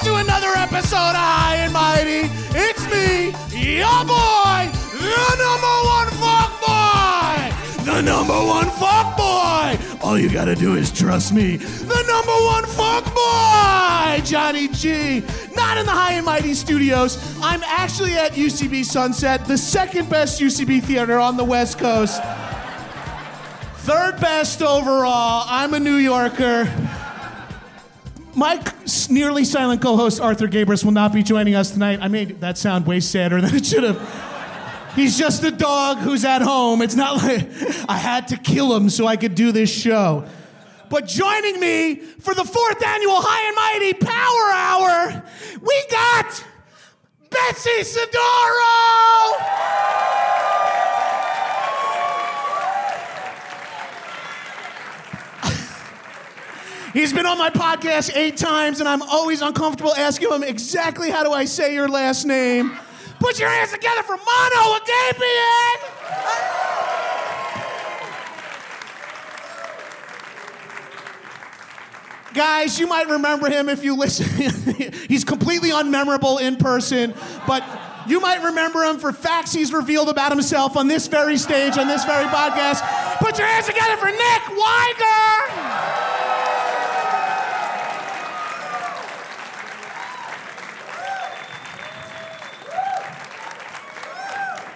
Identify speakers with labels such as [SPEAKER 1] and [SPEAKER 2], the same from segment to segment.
[SPEAKER 1] to another episode of High and Mighty. It's me, your boy, the number one fuck boy, the number one fuck boy. All you gotta do is trust me, the number one fuck boy, Johnny G. Not in the High and Mighty studios. I'm actually at UCB Sunset, the second best UCB theater on the West Coast. Third best overall. I'm a New Yorker. My c- nearly silent co-host Arthur Gabris will not be joining us tonight. I made that sound way sadder than it should have. He's just a dog who's at home. It's not like I had to kill him so I could do this show. But joining me for the fourth annual High and Mighty Power Hour, we got Betsy Sidoro. He's been on my podcast eight times, and I'm always uncomfortable asking him exactly how do I say your last name. Put your hands together for Mono Agapian! Guys, you might remember him if you listen. He's completely unmemorable in person, but you might remember him for facts he's revealed about himself on this very stage, on this very podcast. Put your hands together for Nick Weiger!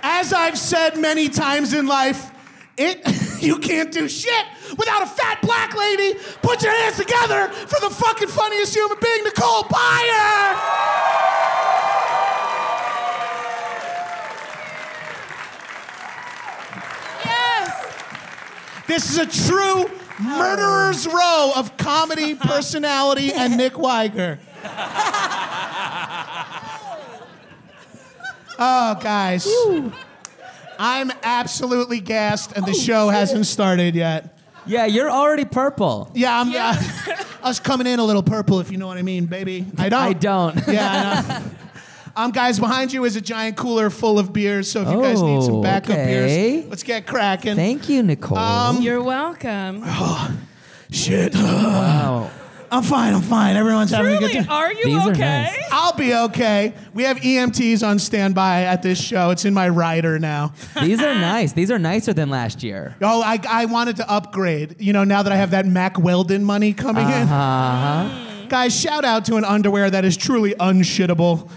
[SPEAKER 1] as I've said many times in life, it you can't do shit without a fat black lady. Put your hands together for the fucking funniest human being, Nicole Byer.
[SPEAKER 2] Yes!
[SPEAKER 1] This is a true murderer's row of comedy personality and Nick Weiger. Oh, guys. I'm absolutely gassed, and the show hasn't started yet.
[SPEAKER 3] Yeah, you're already purple.
[SPEAKER 1] Yeah, I'm. Uh, I was coming in a little purple, if you know what I mean, baby. I don't.
[SPEAKER 3] I don't.
[SPEAKER 1] Yeah, I know. Um, guys, behind you is a giant cooler full of beers. So if you guys need some
[SPEAKER 3] Oh,
[SPEAKER 1] backup
[SPEAKER 3] okay.
[SPEAKER 1] beers, let's get cracking.
[SPEAKER 3] Thank you, Nicole.
[SPEAKER 2] You're welcome.
[SPEAKER 1] Shit,
[SPEAKER 3] wow.
[SPEAKER 1] I'm fine. I'm fine. Everyone's having a
[SPEAKER 2] Really?
[SPEAKER 1] good time.
[SPEAKER 2] Are you
[SPEAKER 3] These are
[SPEAKER 2] okay? Oh,
[SPEAKER 3] nice.
[SPEAKER 1] I'll be okay. We have EMTs on standby at this show. It's in my rider now.
[SPEAKER 3] These are nice. These are nicer than last year.
[SPEAKER 1] Oh, I, I wanted to upgrade. You know, now that I have that Mac Weldon money coming in. Guys, shout out to an underwear that is truly unshittable.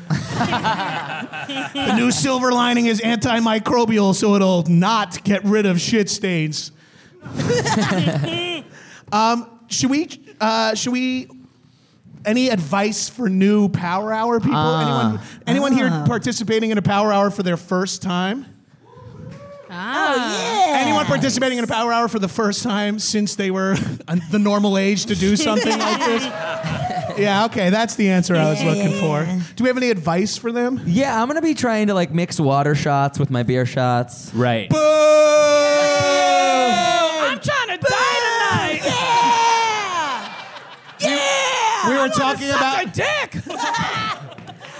[SPEAKER 1] the new silver lining is antimicrobial, so it'll not get rid of shit stains. um, should we? Uh, should we? Any advice for new Power Hour people? anyone anyone here participating in a Power Hour for their first time?
[SPEAKER 4] Ah.
[SPEAKER 1] Anyone participating in a power hour for the first time since they were the normal age to do something like this? Yeah, okay, that's the answer I was looking for. Do we have any advice for them?
[SPEAKER 3] Yeah, I'm gonna be trying to like mix water shots with my beer shots.
[SPEAKER 4] Right.
[SPEAKER 1] Uh,
[SPEAKER 2] I'm trying to die tonight.
[SPEAKER 1] We were were
[SPEAKER 4] wanna
[SPEAKER 1] talking
[SPEAKER 4] suck
[SPEAKER 1] about.
[SPEAKER 4] a dick.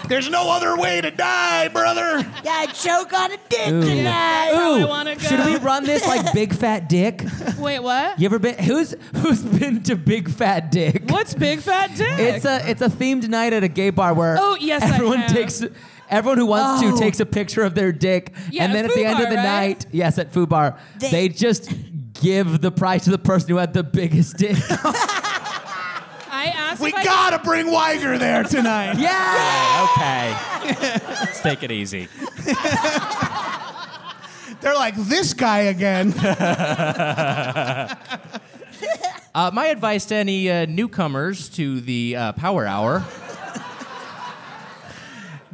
[SPEAKER 1] There's no other way to die, brother.
[SPEAKER 4] yeah, choke on a dick
[SPEAKER 3] Ooh.
[SPEAKER 4] tonight.
[SPEAKER 2] how I
[SPEAKER 3] Ooh,
[SPEAKER 2] wanna go.
[SPEAKER 3] Should we run this like big fat dick?
[SPEAKER 2] Wait, what?
[SPEAKER 3] You ever been who's who's been to big fat dick?
[SPEAKER 2] What's big fat dick?
[SPEAKER 3] It's a it's a themed night at a gay bar where
[SPEAKER 2] Oh, yes, I
[SPEAKER 3] everyone
[SPEAKER 2] have.
[SPEAKER 3] takes everyone who wants
[SPEAKER 4] Oh.
[SPEAKER 3] to takes a picture of their dick
[SPEAKER 2] Yeah,
[SPEAKER 3] and
[SPEAKER 2] at
[SPEAKER 3] then at
[SPEAKER 2] Foo
[SPEAKER 3] the end of
[SPEAKER 2] Bar,
[SPEAKER 3] the
[SPEAKER 2] right?
[SPEAKER 3] night, yes, at Foo Bar,
[SPEAKER 4] They-
[SPEAKER 3] they, just give the prize to the person who had the biggest dick.
[SPEAKER 2] I asked.
[SPEAKER 1] We
[SPEAKER 2] if I
[SPEAKER 1] gotta bring Weiger there tonight.
[SPEAKER 3] yeah.
[SPEAKER 5] Okay. Let's take it easy.
[SPEAKER 1] They're like this guy again.
[SPEAKER 5] Uh, my advice to any uh, newcomers to the uh, Power Hour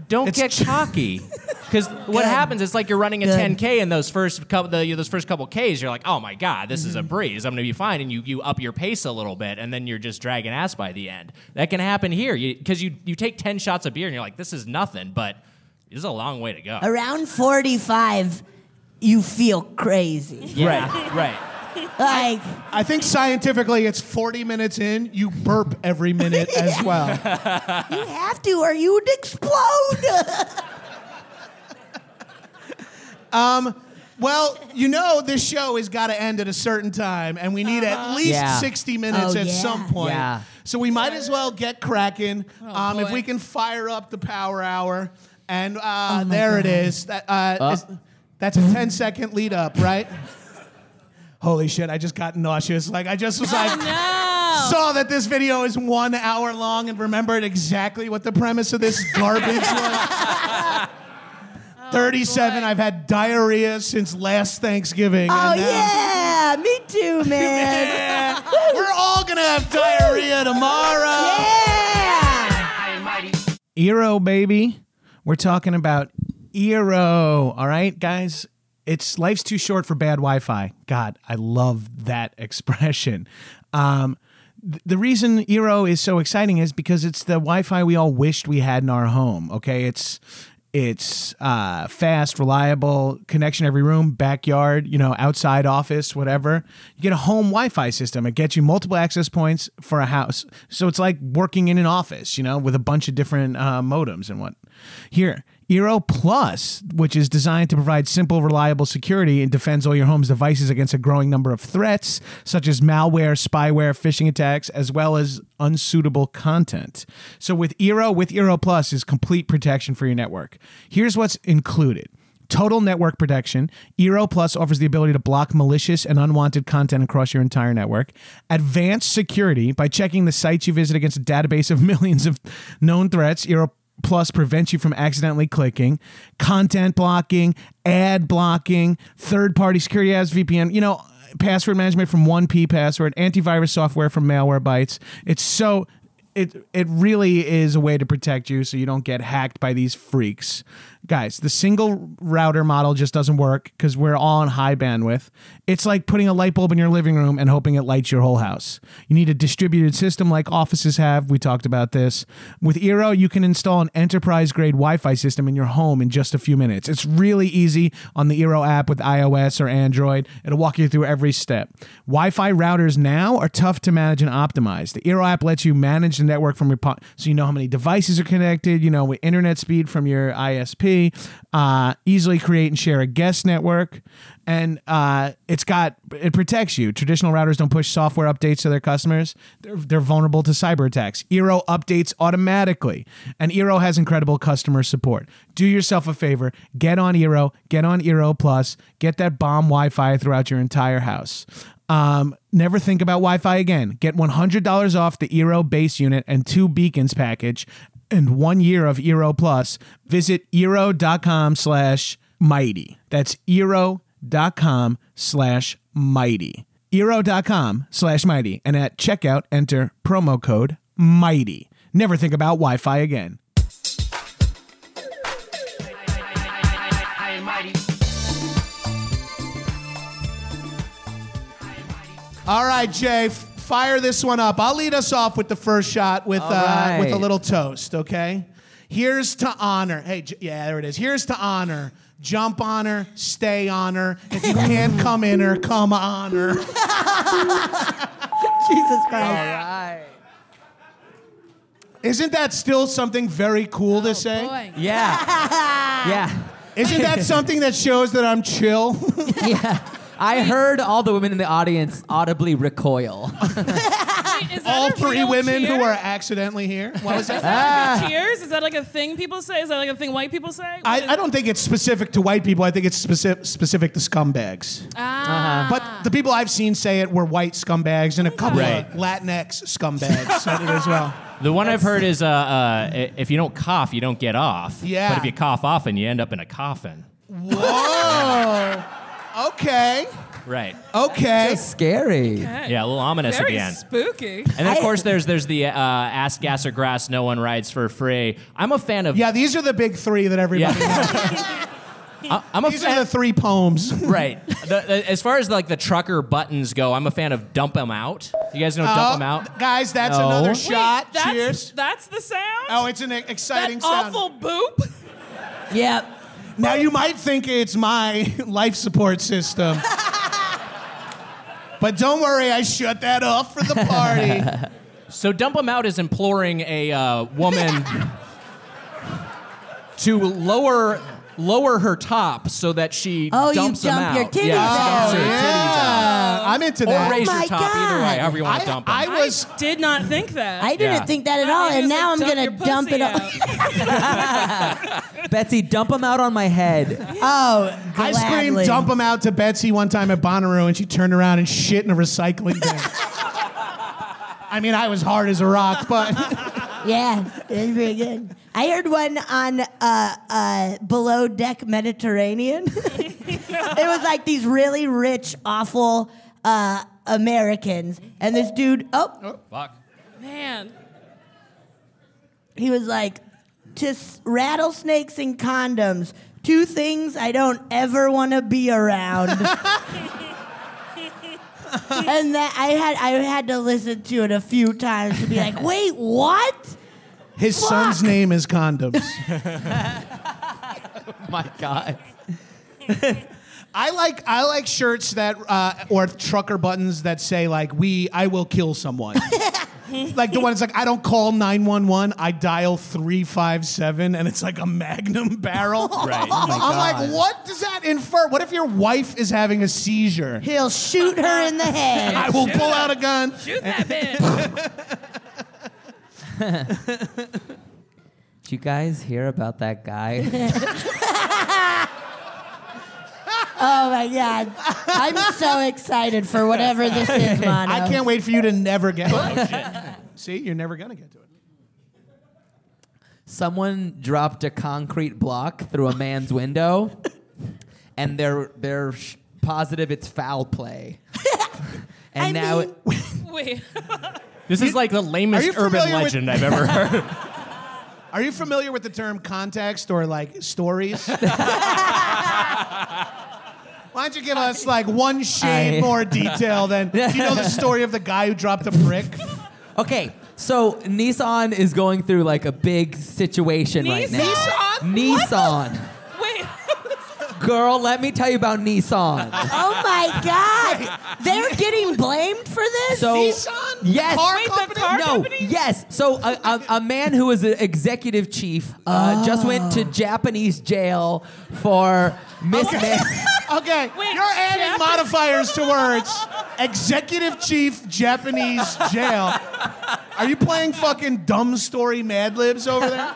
[SPEAKER 5] don't
[SPEAKER 1] It's
[SPEAKER 5] get
[SPEAKER 1] tr-
[SPEAKER 5] cocky. Because what happens, it's like you're running a
[SPEAKER 4] Good.
[SPEAKER 5] 10K and those first couple, the, those first couple Ks, you're like, oh my God, this is a breeze. I'm going to be fine. And you, you up your pace a little bit, and then you're just dragging ass by the end. That can happen here. Because you, you, take 10 shots of beer and you're like, this is nothing, but this is a long way to go.
[SPEAKER 4] Around 45, you feel crazy.
[SPEAKER 5] Right, right.
[SPEAKER 4] Like,
[SPEAKER 1] I think scientifically, it's 40 minutes in. You burp every minute as well.
[SPEAKER 4] you have to or you would explode.
[SPEAKER 1] Well, you know this show has got to end at a certain time, and we need at least
[SPEAKER 3] Yeah.
[SPEAKER 1] 60 minutes
[SPEAKER 4] Oh,
[SPEAKER 1] at
[SPEAKER 4] yeah.
[SPEAKER 1] some point.
[SPEAKER 3] Yeah.
[SPEAKER 1] So we might as well get cracking. um, if
[SPEAKER 2] boy.
[SPEAKER 1] we can fire up the power hour, and uh, there it is. That, uh, is- That's a 10 second lead up, right? Holy shit! I just got nauseous. Like I just was like.
[SPEAKER 2] No.
[SPEAKER 1] Saw that this video is one hour long and remembered exactly what the premise of this garbage was. 37,
[SPEAKER 2] boy.
[SPEAKER 1] I've had diarrhea since last Thanksgiving.
[SPEAKER 4] oh,
[SPEAKER 1] and now-
[SPEAKER 4] yeah. Me too, man.
[SPEAKER 1] Yeah. We're all gonna have diarrhea tomorrow.
[SPEAKER 4] yeah.
[SPEAKER 1] Eero, baby. We're talking about Eero. All right, guys. It's life's too short for bad Wi Fi. God, I love that expression. Um, th- the reason Eero is so exciting is because it's the Wi Fi we all wished we had in our home. Okay. It's. It's uh, fast, reliable connection every room, backyard, you know, outside office, whatever. You get a home Wi-Fi system. It gets you multiple access points for a house, so it's like working in an office, you know, with a bunch of different uh, modems and what. Here, Eero Plus, which is designed to provide simple, reliable security and defends all your home's devices against a growing number of threats, such as malware, spyware, phishing attacks, as well as unsuitable content. So with Eero, with Eero Plus is complete protection for your network. Here's what's included. Total network protection. Eero Plus offers the ability to block malicious and unwanted content across your entire network. Advanced security by checking the sites you visit against a database of millions of known threats. Eero Plus prevents you from accidentally clicking. Content blocking, ad blocking, third party security apps, VPN, you know, password management from 1P password, antivirus software from malware bytes. It's so. It, it really is a way to protect you so you don't get hacked by these freaks guys the single router model just doesn't work because we're all on high bandwidth it's like putting a light bulb in your living room and hoping it lights your whole house you need a distributed system like offices have we talked about this with eero you can install an enterprise grade wi-fi system in your home in just a few minutes it's really easy on the eero app with ios or android it'll walk you through every step wi-fi routers now are tough to manage and optimize the eero app lets you manage the network from your po- so you know how many devices are connected you know with internet speed from your isp uh, easily create and share a guest network and uh, it's got it protects you traditional routers don't push software updates to their customers they're, they're vulnerable to cyber attacks eero updates automatically and eero has incredible customer support do yourself a favor get on eero get on eero plus get that bomb wi-fi throughout your entire house um, never think about Wi-Fi again. Get $100 off the Eero base unit and two beacons package and one year of Eero Plus. Visit Eero.com slash mighty. That's Eero.com slash mighty. Eero.com slash mighty. And at checkout, enter promo code mighty. Never think about Wi-Fi again. All right, Jay, f- fire this one up. I'll lead us off with the first shot with uh,
[SPEAKER 3] right.
[SPEAKER 1] with a little toast, okay? Here's to honor. Hey, J- yeah, there it is. Here's to honor. Jump on her, stay on her. If you can't come in her, come on her.
[SPEAKER 4] Jesus Christ.
[SPEAKER 1] Isn't that still something very cool to say?
[SPEAKER 2] Oh, Boy.
[SPEAKER 3] Yeah. yeah.
[SPEAKER 1] Isn't that something that shows that I'm chill?
[SPEAKER 3] Yeah. I heard all the women in the audience audibly recoil.
[SPEAKER 2] Wait, is that
[SPEAKER 1] All
[SPEAKER 2] a
[SPEAKER 1] three
[SPEAKER 2] real
[SPEAKER 1] women
[SPEAKER 2] cheer?
[SPEAKER 1] who are accidentally here. What was that?
[SPEAKER 2] Is that like a cheers? Is that like a thing people say? Is that like a thing white people say? What is
[SPEAKER 1] I, I
[SPEAKER 2] it?
[SPEAKER 1] don't think it's specific to white people. I think it's specific, specific to scumbags.
[SPEAKER 4] Uh-huh.
[SPEAKER 2] Ah.
[SPEAKER 1] But the people I've seen say it were white scumbags and a couple
[SPEAKER 5] Right.
[SPEAKER 1] of Latinx scumbags said it as well.
[SPEAKER 5] The one I've heard is uh, uh, i- if you don't cough, you don't get off.
[SPEAKER 1] Yeah.
[SPEAKER 5] But if you cough often, you end up in a coffin.
[SPEAKER 1] Whoa. Okay.
[SPEAKER 5] Right.
[SPEAKER 1] Okay.
[SPEAKER 3] That's scary.
[SPEAKER 5] Yeah, a little ominous
[SPEAKER 2] Very
[SPEAKER 5] at the end.
[SPEAKER 2] spooky.
[SPEAKER 5] and then, of
[SPEAKER 4] I-
[SPEAKER 5] course, there's there's the uh, ass, gas, or grass. No one rides for free. I'm a fan of.
[SPEAKER 1] Yeah, these are the big three that everybody knows.
[SPEAKER 5] I- I'm a
[SPEAKER 1] These
[SPEAKER 5] fan.
[SPEAKER 1] are the three poems.
[SPEAKER 5] right. The, the- as far as like the trucker buttons go, I'm a fan of dump 'em out. You guys know
[SPEAKER 1] Uh,
[SPEAKER 5] dump 'em out.
[SPEAKER 1] Oh, Guys, that's
[SPEAKER 5] No.
[SPEAKER 1] another
[SPEAKER 5] Wait,
[SPEAKER 1] shot.
[SPEAKER 2] Wait, that's,
[SPEAKER 1] Cheers.
[SPEAKER 2] That's the sound.
[SPEAKER 1] Oh, it's an exciting
[SPEAKER 2] that
[SPEAKER 1] sound.
[SPEAKER 2] awful boop.
[SPEAKER 3] Yeah.
[SPEAKER 1] Now you might think it's my life support system. but don't worry, I shut that off for the party.
[SPEAKER 5] So dump 'em out is imploring a uh, woman to lower lower her top so that she
[SPEAKER 4] Oh, you
[SPEAKER 5] dumps 'em
[SPEAKER 4] dump
[SPEAKER 5] out.
[SPEAKER 4] your titties
[SPEAKER 5] yeah,
[SPEAKER 4] out.
[SPEAKER 5] She dumps
[SPEAKER 1] Oh,
[SPEAKER 5] her
[SPEAKER 1] yeah. I'm into
[SPEAKER 5] titties out. Or
[SPEAKER 1] that.
[SPEAKER 5] raise
[SPEAKER 4] my
[SPEAKER 5] your top, either way,
[SPEAKER 4] God.
[SPEAKER 5] however you want
[SPEAKER 1] I,
[SPEAKER 5] to dump
[SPEAKER 1] I
[SPEAKER 5] 'em.
[SPEAKER 1] was
[SPEAKER 2] Did not think that.
[SPEAKER 4] I didn't
[SPEAKER 5] Yeah.
[SPEAKER 4] think that at
[SPEAKER 2] Thought
[SPEAKER 4] all,
[SPEAKER 2] you
[SPEAKER 4] and
[SPEAKER 2] just,
[SPEAKER 4] now
[SPEAKER 2] like,
[SPEAKER 4] I'm
[SPEAKER 2] dump
[SPEAKER 4] gonna
[SPEAKER 2] your
[SPEAKER 4] dump it.
[SPEAKER 2] pussy
[SPEAKER 4] All.
[SPEAKER 2] out.
[SPEAKER 3] Betsy, dump them out on my head.
[SPEAKER 4] Oh,
[SPEAKER 1] I screamed
[SPEAKER 4] gladly.
[SPEAKER 1] dump them out to Betsy one time at Bonnaroo and she turned around and shit in a recycling bin. I mean, I was hard as a rock, but
[SPEAKER 4] Yeah, it's pretty good. I heard one on uh, uh, Below Deck Mediterranean. it was like these really rich, awful uh, Americans, and this dude. Oh,
[SPEAKER 5] Fuck.
[SPEAKER 2] Man.
[SPEAKER 4] he was like, "Just rattlesnakes and condoms." Two things I don't ever want to be around. and that I had I had to listen to it a few times to be like, "Wait, what?"
[SPEAKER 1] his
[SPEAKER 4] Fuck.
[SPEAKER 1] son's name is condoms. oh
[SPEAKER 3] my God.
[SPEAKER 1] I like I like shirts that uh, or trucker buttons that say like we I will kill someone. like the one that's like I don't call 911, I dial 357 and it's like a magnum barrel.
[SPEAKER 5] Right. Oh
[SPEAKER 1] I'm like what does that infer? What if your wife is having a seizure?
[SPEAKER 4] He'll shoot her in the head.
[SPEAKER 1] I will pull out a gun.
[SPEAKER 2] Shoot that bitch.
[SPEAKER 3] Did you guys hear about that guy?
[SPEAKER 4] Oh my god. I'm so excited for whatever this is, Mono.
[SPEAKER 1] I can't wait for you to never
[SPEAKER 5] Oh,
[SPEAKER 1] get it. See, you're never going to get to it.
[SPEAKER 3] Someone dropped a concrete block through a man's window, and they're they're sh- positive it's foul play. and
[SPEAKER 4] I
[SPEAKER 3] now
[SPEAKER 4] mean-
[SPEAKER 3] it,
[SPEAKER 2] Wait.
[SPEAKER 5] This is like the
[SPEAKER 1] Are you
[SPEAKER 5] lamest urban
[SPEAKER 1] familiar with-
[SPEAKER 5] legend I've ever heard.
[SPEAKER 1] Are you familiar with the term context or like stories? Why don't you give us like one shade
[SPEAKER 3] I-
[SPEAKER 1] more detail than do you know the story of the guy who dropped a brick?
[SPEAKER 3] okay. So Nissan is going through like a big situation right now.
[SPEAKER 2] Nissan? What
[SPEAKER 3] Nissan.
[SPEAKER 2] Wait.
[SPEAKER 3] Girl, let me tell you about Nissan.
[SPEAKER 4] Oh my god. They're getting blamed for this?
[SPEAKER 3] So
[SPEAKER 1] Nissan?
[SPEAKER 3] Yes.
[SPEAKER 1] Car
[SPEAKER 2] Oh, Wait, the
[SPEAKER 1] company?
[SPEAKER 2] car
[SPEAKER 3] no.
[SPEAKER 2] company?
[SPEAKER 3] Yes. So a, a, a man who was an executive chief uh, just went to Japanese jail for misman.
[SPEAKER 1] Okay,
[SPEAKER 2] Wait,
[SPEAKER 1] you're adding
[SPEAKER 2] Jap-
[SPEAKER 1] modifiers to words. Executive Chief Japanese Jail. Are you playing fucking dumb story Mad Libs over there?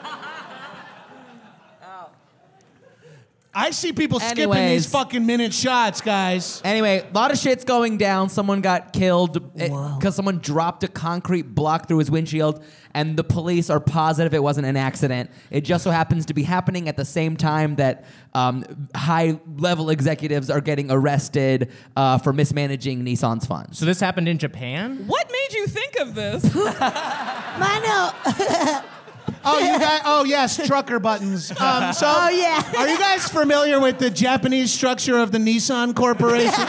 [SPEAKER 1] I see people skipping these
[SPEAKER 3] Anyways.
[SPEAKER 1] fucking minute shots, guys.
[SPEAKER 3] Anyway, a lot of shit's going down. Someone got killed because someone dropped a concrete block through his windshield, and the police are positive it wasn't an accident. It just so happens to be happening at the same time that um, high level executives are getting arrested uh, for mismanaging Nissan's funds.
[SPEAKER 5] so this happened in Japan?
[SPEAKER 2] What made you think of this?
[SPEAKER 4] Mono
[SPEAKER 1] Oh, you guys. Oh, yes, trucker buttons. Um, so,
[SPEAKER 4] Oh, yeah.
[SPEAKER 1] Are you guys familiar with the Japanese structure of the Nissan Corporation?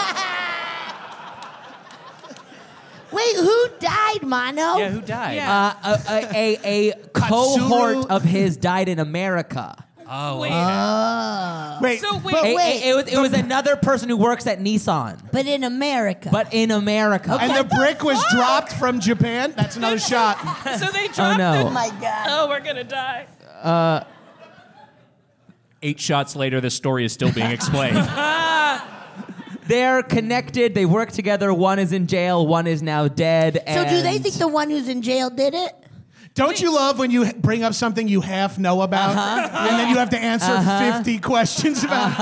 [SPEAKER 4] Wait, who died, Mono?
[SPEAKER 5] who died?
[SPEAKER 2] Yeah.
[SPEAKER 3] Uh, a, a, a, a cohort
[SPEAKER 1] Katsuru.
[SPEAKER 3] of his died in America.
[SPEAKER 5] Oh,
[SPEAKER 2] Wait.
[SPEAKER 1] Uh,
[SPEAKER 4] Oh,
[SPEAKER 1] Oh, Wait,
[SPEAKER 2] so wait,
[SPEAKER 4] but
[SPEAKER 3] It,
[SPEAKER 4] wait.
[SPEAKER 3] it- it was, it was another person who works at Nissan,
[SPEAKER 4] But in America.
[SPEAKER 3] but in America.
[SPEAKER 1] and the brick was dropped from Japan. That's another shot.
[SPEAKER 2] so they dropped
[SPEAKER 3] no.
[SPEAKER 4] oh
[SPEAKER 2] the.
[SPEAKER 4] my God.
[SPEAKER 2] Oh, we're gonna die.
[SPEAKER 5] Eight shots later, the story is still being explained.
[SPEAKER 3] They're connected. They work together. One is in jail. One is now dead.
[SPEAKER 4] So do they
[SPEAKER 3] and-
[SPEAKER 4] think the one who's in jail did it?
[SPEAKER 1] Don't you love when you bring up something you half know about,
[SPEAKER 3] Uh-huh.
[SPEAKER 1] and then you have to answer 50 questions about it?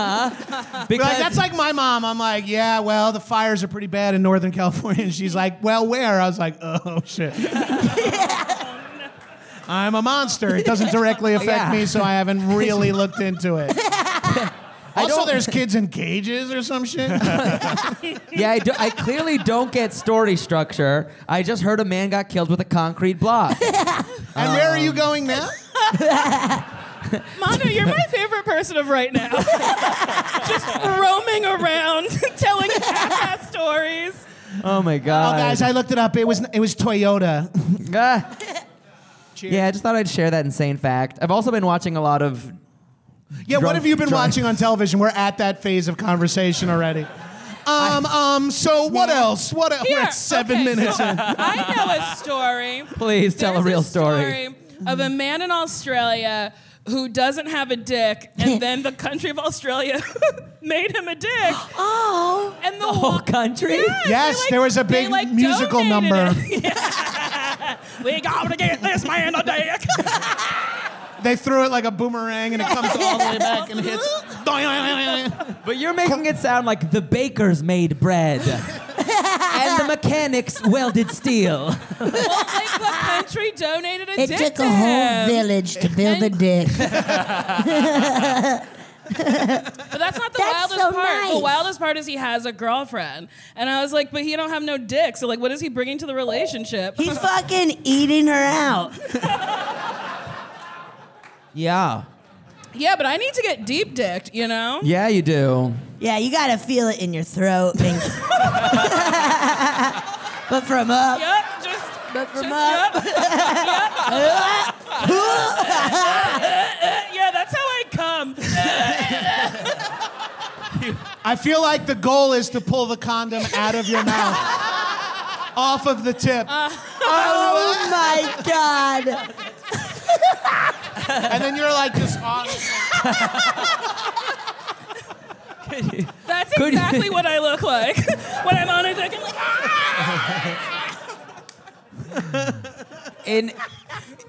[SPEAKER 3] because
[SPEAKER 1] Like, that's like my mom. I'm like, yeah, well, the fires are pretty bad in Northern California. And she's like, well, where? I was like, oh, shit. I'm a monster. It doesn't directly affect
[SPEAKER 3] Oh, Yeah.
[SPEAKER 1] me, so I haven't really looked into it. Also,
[SPEAKER 3] don't-
[SPEAKER 1] there's kids in cages or some shit.
[SPEAKER 3] yeah, I, do- I clearly don't get story structure. I just heard a man got killed with a concrete block.
[SPEAKER 1] And where are
[SPEAKER 3] Um,
[SPEAKER 1] you going now?
[SPEAKER 2] Manu, you're my favorite person of right now. Just roaming around, telling half-ass stories.
[SPEAKER 3] oh my
[SPEAKER 1] Oh,
[SPEAKER 3] god,
[SPEAKER 1] guys, I looked it up. It was it was Toyota.
[SPEAKER 3] Ah. Yeah, I just thought I'd share that insane fact. I've also been watching a lot of.
[SPEAKER 1] Yeah, what
[SPEAKER 3] Drunk-
[SPEAKER 1] have you been
[SPEAKER 3] drunk.
[SPEAKER 1] watching on television? We're at that phase of conversation already. Um, um. So what else? What? el-
[SPEAKER 2] Here,
[SPEAKER 1] We're at seven
[SPEAKER 2] okay,
[SPEAKER 1] minutes.
[SPEAKER 2] so
[SPEAKER 1] in.
[SPEAKER 2] I know a story.
[SPEAKER 3] Please tell
[SPEAKER 2] There's
[SPEAKER 3] a real
[SPEAKER 2] story of a man in Australia who doesn't have a dick, and then the country of Australia made him a dick,
[SPEAKER 4] Oh.
[SPEAKER 2] and the,
[SPEAKER 3] The whole country.
[SPEAKER 2] Yes,
[SPEAKER 1] Yes,
[SPEAKER 2] they, like-
[SPEAKER 1] there was a
[SPEAKER 2] they,
[SPEAKER 1] big
[SPEAKER 2] like,
[SPEAKER 1] musical
[SPEAKER 2] donated
[SPEAKER 1] number.
[SPEAKER 2] it. Yeah. We gotta get this man a dick.
[SPEAKER 1] They threw it like a boomerang and it comes all the way back and hits.
[SPEAKER 3] But you're making it sound like the bakers made bread. and the mechanics welded steel.
[SPEAKER 2] well, like the country donated a
[SPEAKER 4] It
[SPEAKER 2] dick
[SPEAKER 4] took
[SPEAKER 2] to
[SPEAKER 4] a whole
[SPEAKER 2] him.
[SPEAKER 4] village to build a
[SPEAKER 2] And-
[SPEAKER 4] dick.
[SPEAKER 2] But that's not the
[SPEAKER 4] That's
[SPEAKER 2] wildest
[SPEAKER 4] so
[SPEAKER 2] part. The
[SPEAKER 4] nice.
[SPEAKER 2] wildest part is he has a girlfriend, and I was like, but he don't have no dick. So like, what is he bringing to the relationship?
[SPEAKER 4] He's fucking eating her out.
[SPEAKER 3] Yeah.
[SPEAKER 2] yeah, but I need to get deep dicked, you know.
[SPEAKER 3] Yeah, you do.
[SPEAKER 4] Yeah, you gotta feel it in your throat. and- but from up.
[SPEAKER 2] Yep, just.
[SPEAKER 4] But from
[SPEAKER 2] just-
[SPEAKER 4] up.
[SPEAKER 2] yep. yeah, that's how I come.
[SPEAKER 1] I feel like the goal is to pull the condom out of your mouth, off of the tip,
[SPEAKER 2] Uh.
[SPEAKER 4] Oh my god.
[SPEAKER 1] and then you're like just on.
[SPEAKER 2] That's
[SPEAKER 3] Could-
[SPEAKER 2] exactly what I look like when I'm on a dick. I'm like, ah!
[SPEAKER 3] In,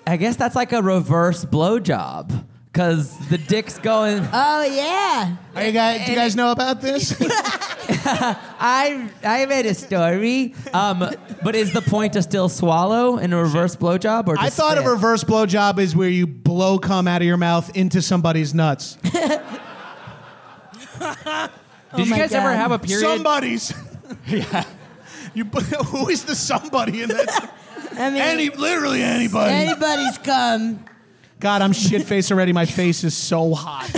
[SPEAKER 3] I guess that's like a reverse blowjob. Because the dick's going.
[SPEAKER 4] Oh yeah.
[SPEAKER 1] Are you guys, do you guys know about this?
[SPEAKER 3] I I made a story. Um, but is the point to still swallow in a reverse blowjob or? To
[SPEAKER 1] I thought
[SPEAKER 3] spit?
[SPEAKER 1] a reverse blowjob is where you blow cum out of your mouth into somebody's nuts.
[SPEAKER 5] Did
[SPEAKER 1] Oh
[SPEAKER 5] you
[SPEAKER 4] my
[SPEAKER 5] guys ever
[SPEAKER 4] God.
[SPEAKER 5] have a period?
[SPEAKER 1] Somebody's. yeah. You, who is the somebody in that?
[SPEAKER 4] I mean
[SPEAKER 1] Any, literally anybody.
[SPEAKER 4] anybody's come.
[SPEAKER 1] God, I'm shit faced already. My face is so hot.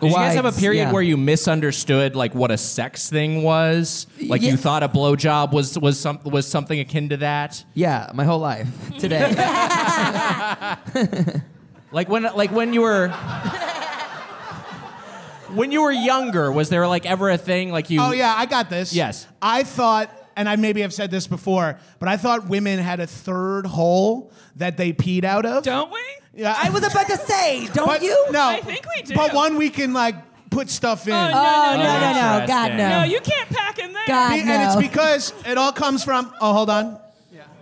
[SPEAKER 5] Did you guys have a
[SPEAKER 3] Whites,
[SPEAKER 5] period
[SPEAKER 3] yeah.
[SPEAKER 5] where you misunderstood like what a sex thing was? Like
[SPEAKER 3] Yeah.
[SPEAKER 5] you thought a blowjob was was some, was something akin to that?
[SPEAKER 3] Yeah, my whole life today.
[SPEAKER 5] Like when like when you were when you were younger, was there like ever a thing like you?
[SPEAKER 1] Oh yeah, I got this.
[SPEAKER 5] Yes.
[SPEAKER 1] I thought, and I maybe have said this before, but I thought women had a third hole that they peed out of.
[SPEAKER 2] Don't we?
[SPEAKER 1] yeah, I
[SPEAKER 4] was about to say, don't
[SPEAKER 1] but, No,
[SPEAKER 2] I think we do.
[SPEAKER 1] But one we can like put stuff in.
[SPEAKER 2] Oh,
[SPEAKER 4] Oh
[SPEAKER 2] no,
[SPEAKER 4] no no no, God
[SPEAKER 5] Interesting.
[SPEAKER 4] no.
[SPEAKER 2] No, you can't pack in there.
[SPEAKER 4] God
[SPEAKER 1] Be- And it's
[SPEAKER 4] no.
[SPEAKER 1] because it all comes from. Oh, hold on.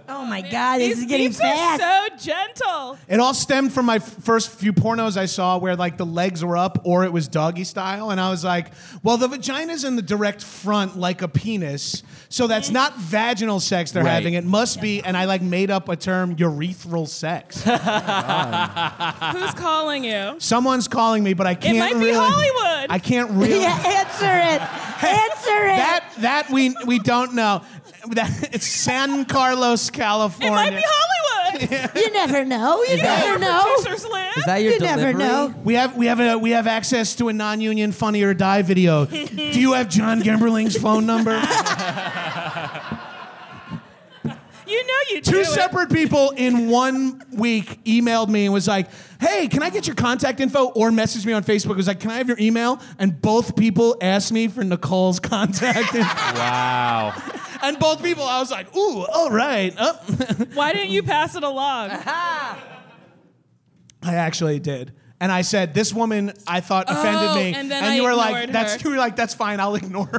[SPEAKER 4] oh my god, this
[SPEAKER 2] These
[SPEAKER 4] is getting
[SPEAKER 2] beeps
[SPEAKER 4] fast.
[SPEAKER 2] are so gentle.
[SPEAKER 1] It all stemmed from my f- first few pornos I saw where like the legs were up or it was doggy style. And I was like, well, the vagina's in the direct front like a penis. So that's
[SPEAKER 2] Eh.
[SPEAKER 1] not vaginal sex they're
[SPEAKER 5] Right.
[SPEAKER 1] having. It must be. And I like made up a term, urethral sex.
[SPEAKER 2] Who's calling you?
[SPEAKER 1] Someone's calling me, but I can't
[SPEAKER 2] might be
[SPEAKER 1] really-
[SPEAKER 2] Hollywood.
[SPEAKER 1] I can't really.
[SPEAKER 4] Yeah, answer it. Answer it.
[SPEAKER 1] That that we we don't know. That, it's San Carlos, California.
[SPEAKER 2] It might be Hollywood.
[SPEAKER 4] you never know. You never
[SPEAKER 2] Where
[SPEAKER 4] know.
[SPEAKER 2] Producers live.
[SPEAKER 3] Oh. Is that your
[SPEAKER 4] You never
[SPEAKER 3] delivery?
[SPEAKER 4] know.
[SPEAKER 1] We have we have a, we have access to a non-union funny or die video. Do you have John Gemberling's phone number?
[SPEAKER 2] you know you do
[SPEAKER 1] Two
[SPEAKER 2] it.
[SPEAKER 1] separate people in one week emailed me and was like, "Hey, can I get your contact info?" Or messaged me on Facebook. Was like, "Can I have your email?" And both people asked me for Nicole's contact. info.
[SPEAKER 5] Wow.
[SPEAKER 1] and both people, I was like, "Ooh, all right." Oh, Up,
[SPEAKER 2] Why didn't you pass it along?
[SPEAKER 1] I actually did. And I said, "This woman, I thought offended
[SPEAKER 2] Oh,
[SPEAKER 1] me."
[SPEAKER 2] and then I
[SPEAKER 1] you were like,
[SPEAKER 2] ignored
[SPEAKER 1] "That's
[SPEAKER 2] her.
[SPEAKER 1] you were like, that's fine. I'll ignore her."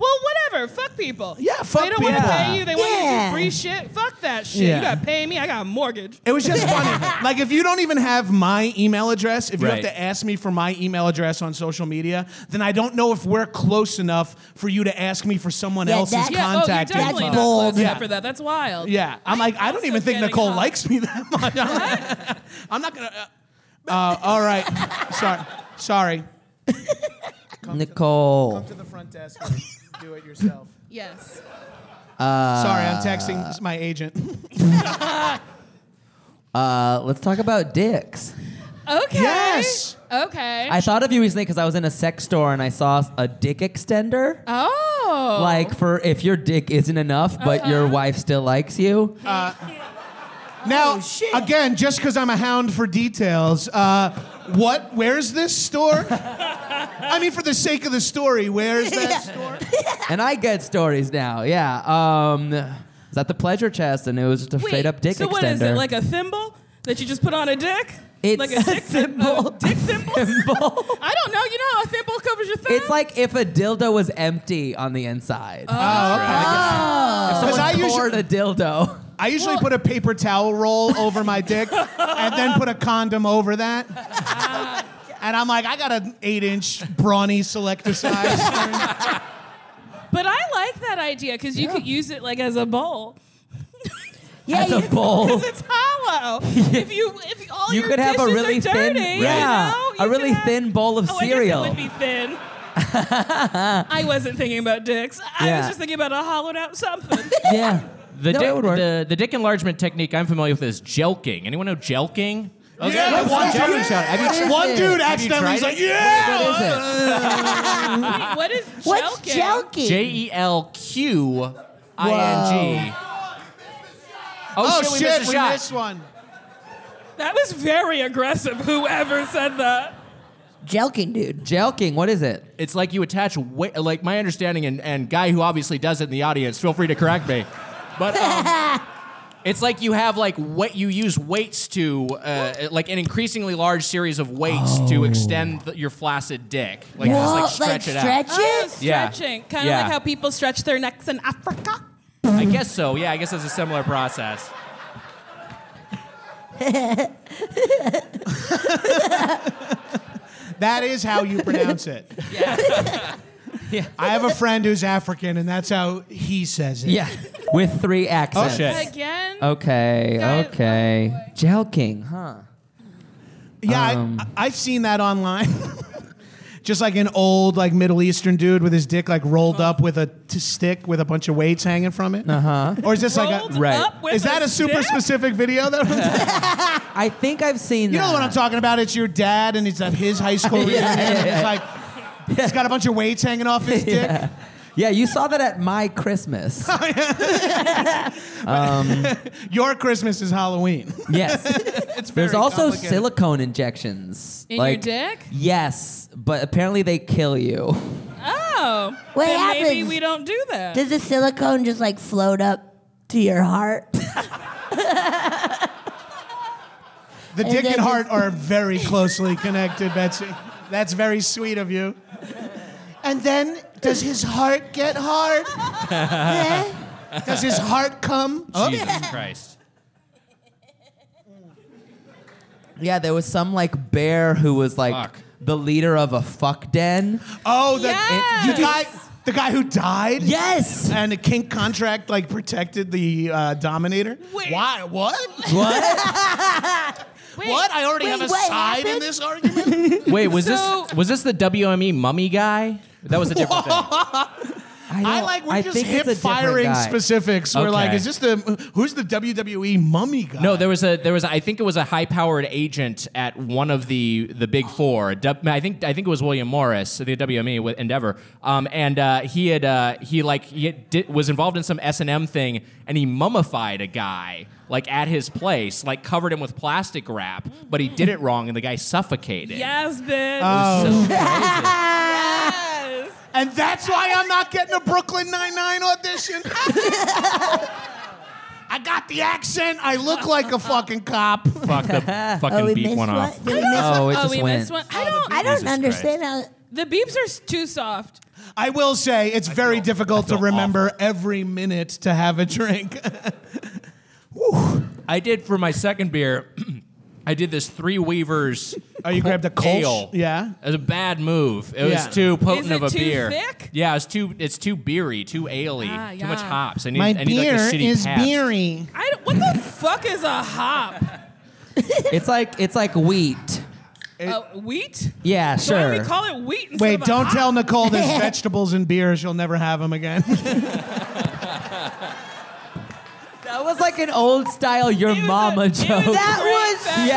[SPEAKER 2] Well, whatever. Fuck people.
[SPEAKER 1] Yeah, fuck
[SPEAKER 2] They don't want to
[SPEAKER 1] people.
[SPEAKER 2] pay you. They want you to
[SPEAKER 4] Yeah.
[SPEAKER 2] do free shit. Fuck that shit.
[SPEAKER 1] Yeah.
[SPEAKER 2] You gotta pay me. I got a mortgage.
[SPEAKER 1] It was just funny. Like if you don't even have my email address, if you
[SPEAKER 5] Right.
[SPEAKER 1] have to ask me for my email address on social media, then I don't know if we're close enough for you to ask me for someone
[SPEAKER 4] Yeah,
[SPEAKER 1] else's
[SPEAKER 4] that-
[SPEAKER 2] Yeah,
[SPEAKER 1] contact
[SPEAKER 2] oh, you're definitely
[SPEAKER 1] info.
[SPEAKER 4] That's
[SPEAKER 2] not
[SPEAKER 4] bold.
[SPEAKER 2] close enough
[SPEAKER 1] Yeah.
[SPEAKER 2] for that. That's wild.
[SPEAKER 1] Yeah, I'm like I don't
[SPEAKER 2] also
[SPEAKER 1] even think
[SPEAKER 2] getting
[SPEAKER 1] Nicole
[SPEAKER 2] hot.
[SPEAKER 1] likes me that much. I'm like, I'm not gonna. Uh, uh, all right, sorry, sorry.
[SPEAKER 3] Nicole.
[SPEAKER 1] to the front desk. and Do it yourself.
[SPEAKER 2] Yes.
[SPEAKER 1] Sorry, I'm texting my agent.
[SPEAKER 3] Uh, let's talk about dicks.
[SPEAKER 2] Okay.
[SPEAKER 1] Yes.
[SPEAKER 2] Okay.
[SPEAKER 3] I thought of you recently because I was in a sex store and I saw a dick extender.
[SPEAKER 2] oh.
[SPEAKER 3] Like for if your dick isn't enough, but your
[SPEAKER 2] Uh-huh.
[SPEAKER 3] wife still likes you.
[SPEAKER 5] Oh,
[SPEAKER 1] Now, again, just because I'm a hound for details, uh, what? Where's this store? I mean, for the sake of the story, where's that store?
[SPEAKER 3] and I get stories now. Yeah. Um, is that the pleasure chest? And it was just a
[SPEAKER 2] Wait,
[SPEAKER 3] straight up dick
[SPEAKER 2] So
[SPEAKER 3] extender.
[SPEAKER 2] what is it? Like a thimble that you just put on a dick?
[SPEAKER 3] It's
[SPEAKER 2] like
[SPEAKER 3] a
[SPEAKER 2] dick
[SPEAKER 3] thimble.
[SPEAKER 2] a dick thimble.
[SPEAKER 3] Thimble.
[SPEAKER 2] I don't know. You know how a thimble covers your thumb?
[SPEAKER 3] It's like if a dildo was empty on the inside.
[SPEAKER 5] Oh,
[SPEAKER 1] Because I
[SPEAKER 3] I
[SPEAKER 1] usually,
[SPEAKER 3] a dildo.
[SPEAKER 1] I usually put a paper towel roll over my dick and then put a condom over that. and I'm like, I got an eight inch brawny selector size.
[SPEAKER 2] But I like that idea because you could use it like as a bowl.
[SPEAKER 3] As a bowl.
[SPEAKER 2] Because it's hollow. If you if all
[SPEAKER 3] You
[SPEAKER 2] your
[SPEAKER 3] could have a
[SPEAKER 2] dishes are
[SPEAKER 3] really thin-
[SPEAKER 2] dirty, you
[SPEAKER 3] yeah,
[SPEAKER 2] know,
[SPEAKER 3] a
[SPEAKER 2] you
[SPEAKER 3] really
[SPEAKER 2] could have-
[SPEAKER 3] thin bowl of
[SPEAKER 2] oh,
[SPEAKER 3] cereal.
[SPEAKER 2] I guess it would be thin. I wasn't thinking about dicks. I was
[SPEAKER 3] Yeah.
[SPEAKER 2] just thinking about a hollowed out something.
[SPEAKER 3] yeah.
[SPEAKER 5] The,
[SPEAKER 3] No,
[SPEAKER 5] dick,
[SPEAKER 3] it would work.
[SPEAKER 5] The, the dick enlargement technique I'm familiar with is jelking. Anyone know jelking? Okay.
[SPEAKER 1] Yes!
[SPEAKER 5] One
[SPEAKER 1] Yes!
[SPEAKER 5] dude-
[SPEAKER 3] Have you-
[SPEAKER 1] One dude
[SPEAKER 5] Have you
[SPEAKER 1] accidentally
[SPEAKER 5] tried
[SPEAKER 1] is like,
[SPEAKER 5] it?
[SPEAKER 1] yeah!
[SPEAKER 3] What is it?
[SPEAKER 2] Wait, what is
[SPEAKER 4] What's
[SPEAKER 2] jelking?
[SPEAKER 4] jelky?
[SPEAKER 5] J E L Q I N G.
[SPEAKER 1] Oh,
[SPEAKER 5] we
[SPEAKER 1] shit,
[SPEAKER 5] missed a
[SPEAKER 1] we
[SPEAKER 5] shot.
[SPEAKER 1] missed one.
[SPEAKER 2] That was very aggressive. Whoever said that.
[SPEAKER 4] Jelking, dude.
[SPEAKER 3] Jelking. What is it?
[SPEAKER 5] It's like you attach wa- like my understanding and, and guy who obviously does it in the audience. Feel free to correct me, but um, it's like you have like what you use weights to uh, like an increasingly large series of weights to extend th- your flaccid dick. Like
[SPEAKER 4] Whoa,
[SPEAKER 5] just like
[SPEAKER 4] like
[SPEAKER 5] stretch it
[SPEAKER 4] stretch
[SPEAKER 5] out.
[SPEAKER 2] Oh,
[SPEAKER 4] it?
[SPEAKER 5] Yeah.
[SPEAKER 2] Stretching. Kind of
[SPEAKER 5] Yeah.
[SPEAKER 2] like how people stretch their necks in Africa.
[SPEAKER 5] I guess so. Yeah, I guess it's a similar process.
[SPEAKER 1] That is how you pronounce it. I have a friend who's African, and that's how he says it.
[SPEAKER 3] Yeah. With three
[SPEAKER 1] Oh,
[SPEAKER 3] accents.
[SPEAKER 5] shit.
[SPEAKER 2] Again.
[SPEAKER 3] Okay.
[SPEAKER 2] Guys-
[SPEAKER 3] Okay.
[SPEAKER 2] oh, boy.
[SPEAKER 3] Jelking, huh?
[SPEAKER 1] Yeah,
[SPEAKER 3] Um.
[SPEAKER 1] I, I've seen that online. Just like an old like Middle Eastern dude with his dick like rolled up with a t- stick with a bunch of weights hanging from it. Uh huh. Or is this
[SPEAKER 2] Rolled
[SPEAKER 1] like a
[SPEAKER 3] Uh-huh. Right.
[SPEAKER 2] up with
[SPEAKER 1] is that a, super
[SPEAKER 2] stick?
[SPEAKER 1] specific video that I'm
[SPEAKER 3] I think I've seen
[SPEAKER 1] you
[SPEAKER 3] that.
[SPEAKER 1] know what I'm talking about? It's your dad and it's at his high school reunion. and It's like he's got a bunch of weights hanging off his dick.
[SPEAKER 3] Yeah, you saw that at my Christmas.
[SPEAKER 1] Your Christmas is Halloween.
[SPEAKER 3] yes.
[SPEAKER 1] it's very
[SPEAKER 3] There's also
[SPEAKER 1] complicated.
[SPEAKER 3] silicone injections.
[SPEAKER 2] In
[SPEAKER 3] Like-
[SPEAKER 2] your dick?
[SPEAKER 3] Yes, but apparently they kill you. Uh,
[SPEAKER 2] Oh.
[SPEAKER 4] What
[SPEAKER 2] then maybe
[SPEAKER 4] happens?
[SPEAKER 2] we don't do that.
[SPEAKER 4] Does the silicone just like float up to your heart?
[SPEAKER 1] The dick
[SPEAKER 4] then
[SPEAKER 1] and
[SPEAKER 4] just-
[SPEAKER 1] heart are very closely connected, Betsy. That's very sweet of you. And then, does his heart get hard?
[SPEAKER 4] Yeah.
[SPEAKER 1] Does his heart come?
[SPEAKER 5] Jesus Christ.
[SPEAKER 3] Yeah, there was some like bear who was like
[SPEAKER 5] Fuck.
[SPEAKER 3] the leader of a fuck den.
[SPEAKER 1] Oh, the,
[SPEAKER 2] Yes.
[SPEAKER 1] the guy, the guy who died.
[SPEAKER 3] Yes.
[SPEAKER 1] And the kink contract like protected the uh, dominator.
[SPEAKER 2] Wait.
[SPEAKER 1] Why? What?
[SPEAKER 2] Wait,
[SPEAKER 1] What? I already
[SPEAKER 4] Wait,
[SPEAKER 1] have a
[SPEAKER 4] what
[SPEAKER 1] side in
[SPEAKER 4] happened?
[SPEAKER 1] this argument.
[SPEAKER 5] Wait, was
[SPEAKER 2] So-
[SPEAKER 5] E this was this the WME mummy guy? That was a different thing.
[SPEAKER 1] I
[SPEAKER 3] don't-
[SPEAKER 1] like we're
[SPEAKER 3] I
[SPEAKER 1] just
[SPEAKER 3] think it's a
[SPEAKER 1] hip
[SPEAKER 3] different
[SPEAKER 1] firing
[SPEAKER 3] guy.
[SPEAKER 1] specifics. We're like,
[SPEAKER 5] Okay.
[SPEAKER 1] is this the who's the WWE mummy guy?
[SPEAKER 5] No, there was a there was I think it was a high powered agent at one of the the big four. a du- I think I think it was William Morris, the WME with Endeavor, um, and uh, he had uh, he like he had, did, was involved in some S and M thing, and he mummified a guy like at his place, like covered him with plastic wrap, but he did it wrong, and the guy suffocated.
[SPEAKER 2] Yes, bitch. Yes.
[SPEAKER 1] and that's why I'm not getting a Brooklyn Nine Nine audition. I got the accent. I look like a fucking cop.
[SPEAKER 5] Fuck the fucking
[SPEAKER 4] Oh, we
[SPEAKER 5] beat
[SPEAKER 4] missed
[SPEAKER 5] one
[SPEAKER 4] one.
[SPEAKER 5] off.
[SPEAKER 4] Did we miss
[SPEAKER 3] Oh, it
[SPEAKER 2] oh,
[SPEAKER 3] just
[SPEAKER 2] we
[SPEAKER 3] went.
[SPEAKER 2] missed one. I don't.
[SPEAKER 4] I don't
[SPEAKER 5] Jesus
[SPEAKER 4] understand how.
[SPEAKER 2] The beeps are s- too soft.
[SPEAKER 1] I will say it's very difficult to
[SPEAKER 5] feel
[SPEAKER 1] remember every minute to have a drink.
[SPEAKER 5] I did for my second beer. I did this three weavers.
[SPEAKER 1] Oh, you grabbed a Kolsch?
[SPEAKER 5] ale.
[SPEAKER 1] Yeah.
[SPEAKER 5] it was a bad move. It
[SPEAKER 1] Yeah.
[SPEAKER 5] was too potent
[SPEAKER 2] Is it
[SPEAKER 5] of a
[SPEAKER 2] too
[SPEAKER 5] beer.
[SPEAKER 2] thick?
[SPEAKER 5] Yeah, it's too it's too beery, too ale-y,
[SPEAKER 2] Ah,
[SPEAKER 5] too much
[SPEAKER 2] yeah.
[SPEAKER 5] hops. I need, I need like a shitty Pabst.
[SPEAKER 1] beery.
[SPEAKER 2] I don't, what the fuck is a hop?
[SPEAKER 3] It's like it's like wheat.
[SPEAKER 2] Uh, wheat?
[SPEAKER 3] Yeah,
[SPEAKER 2] So why do
[SPEAKER 3] sure.
[SPEAKER 2] we call it wheat instead
[SPEAKER 1] Wait,
[SPEAKER 2] of a
[SPEAKER 1] don't
[SPEAKER 2] hop?
[SPEAKER 1] tell Nicole there's vegetables in beer. She'll never have them again.
[SPEAKER 3] That was like an old style your
[SPEAKER 2] It was a-
[SPEAKER 3] mama
[SPEAKER 2] it was
[SPEAKER 3] joke.
[SPEAKER 2] a-
[SPEAKER 4] That was
[SPEAKER 2] Great
[SPEAKER 4] so.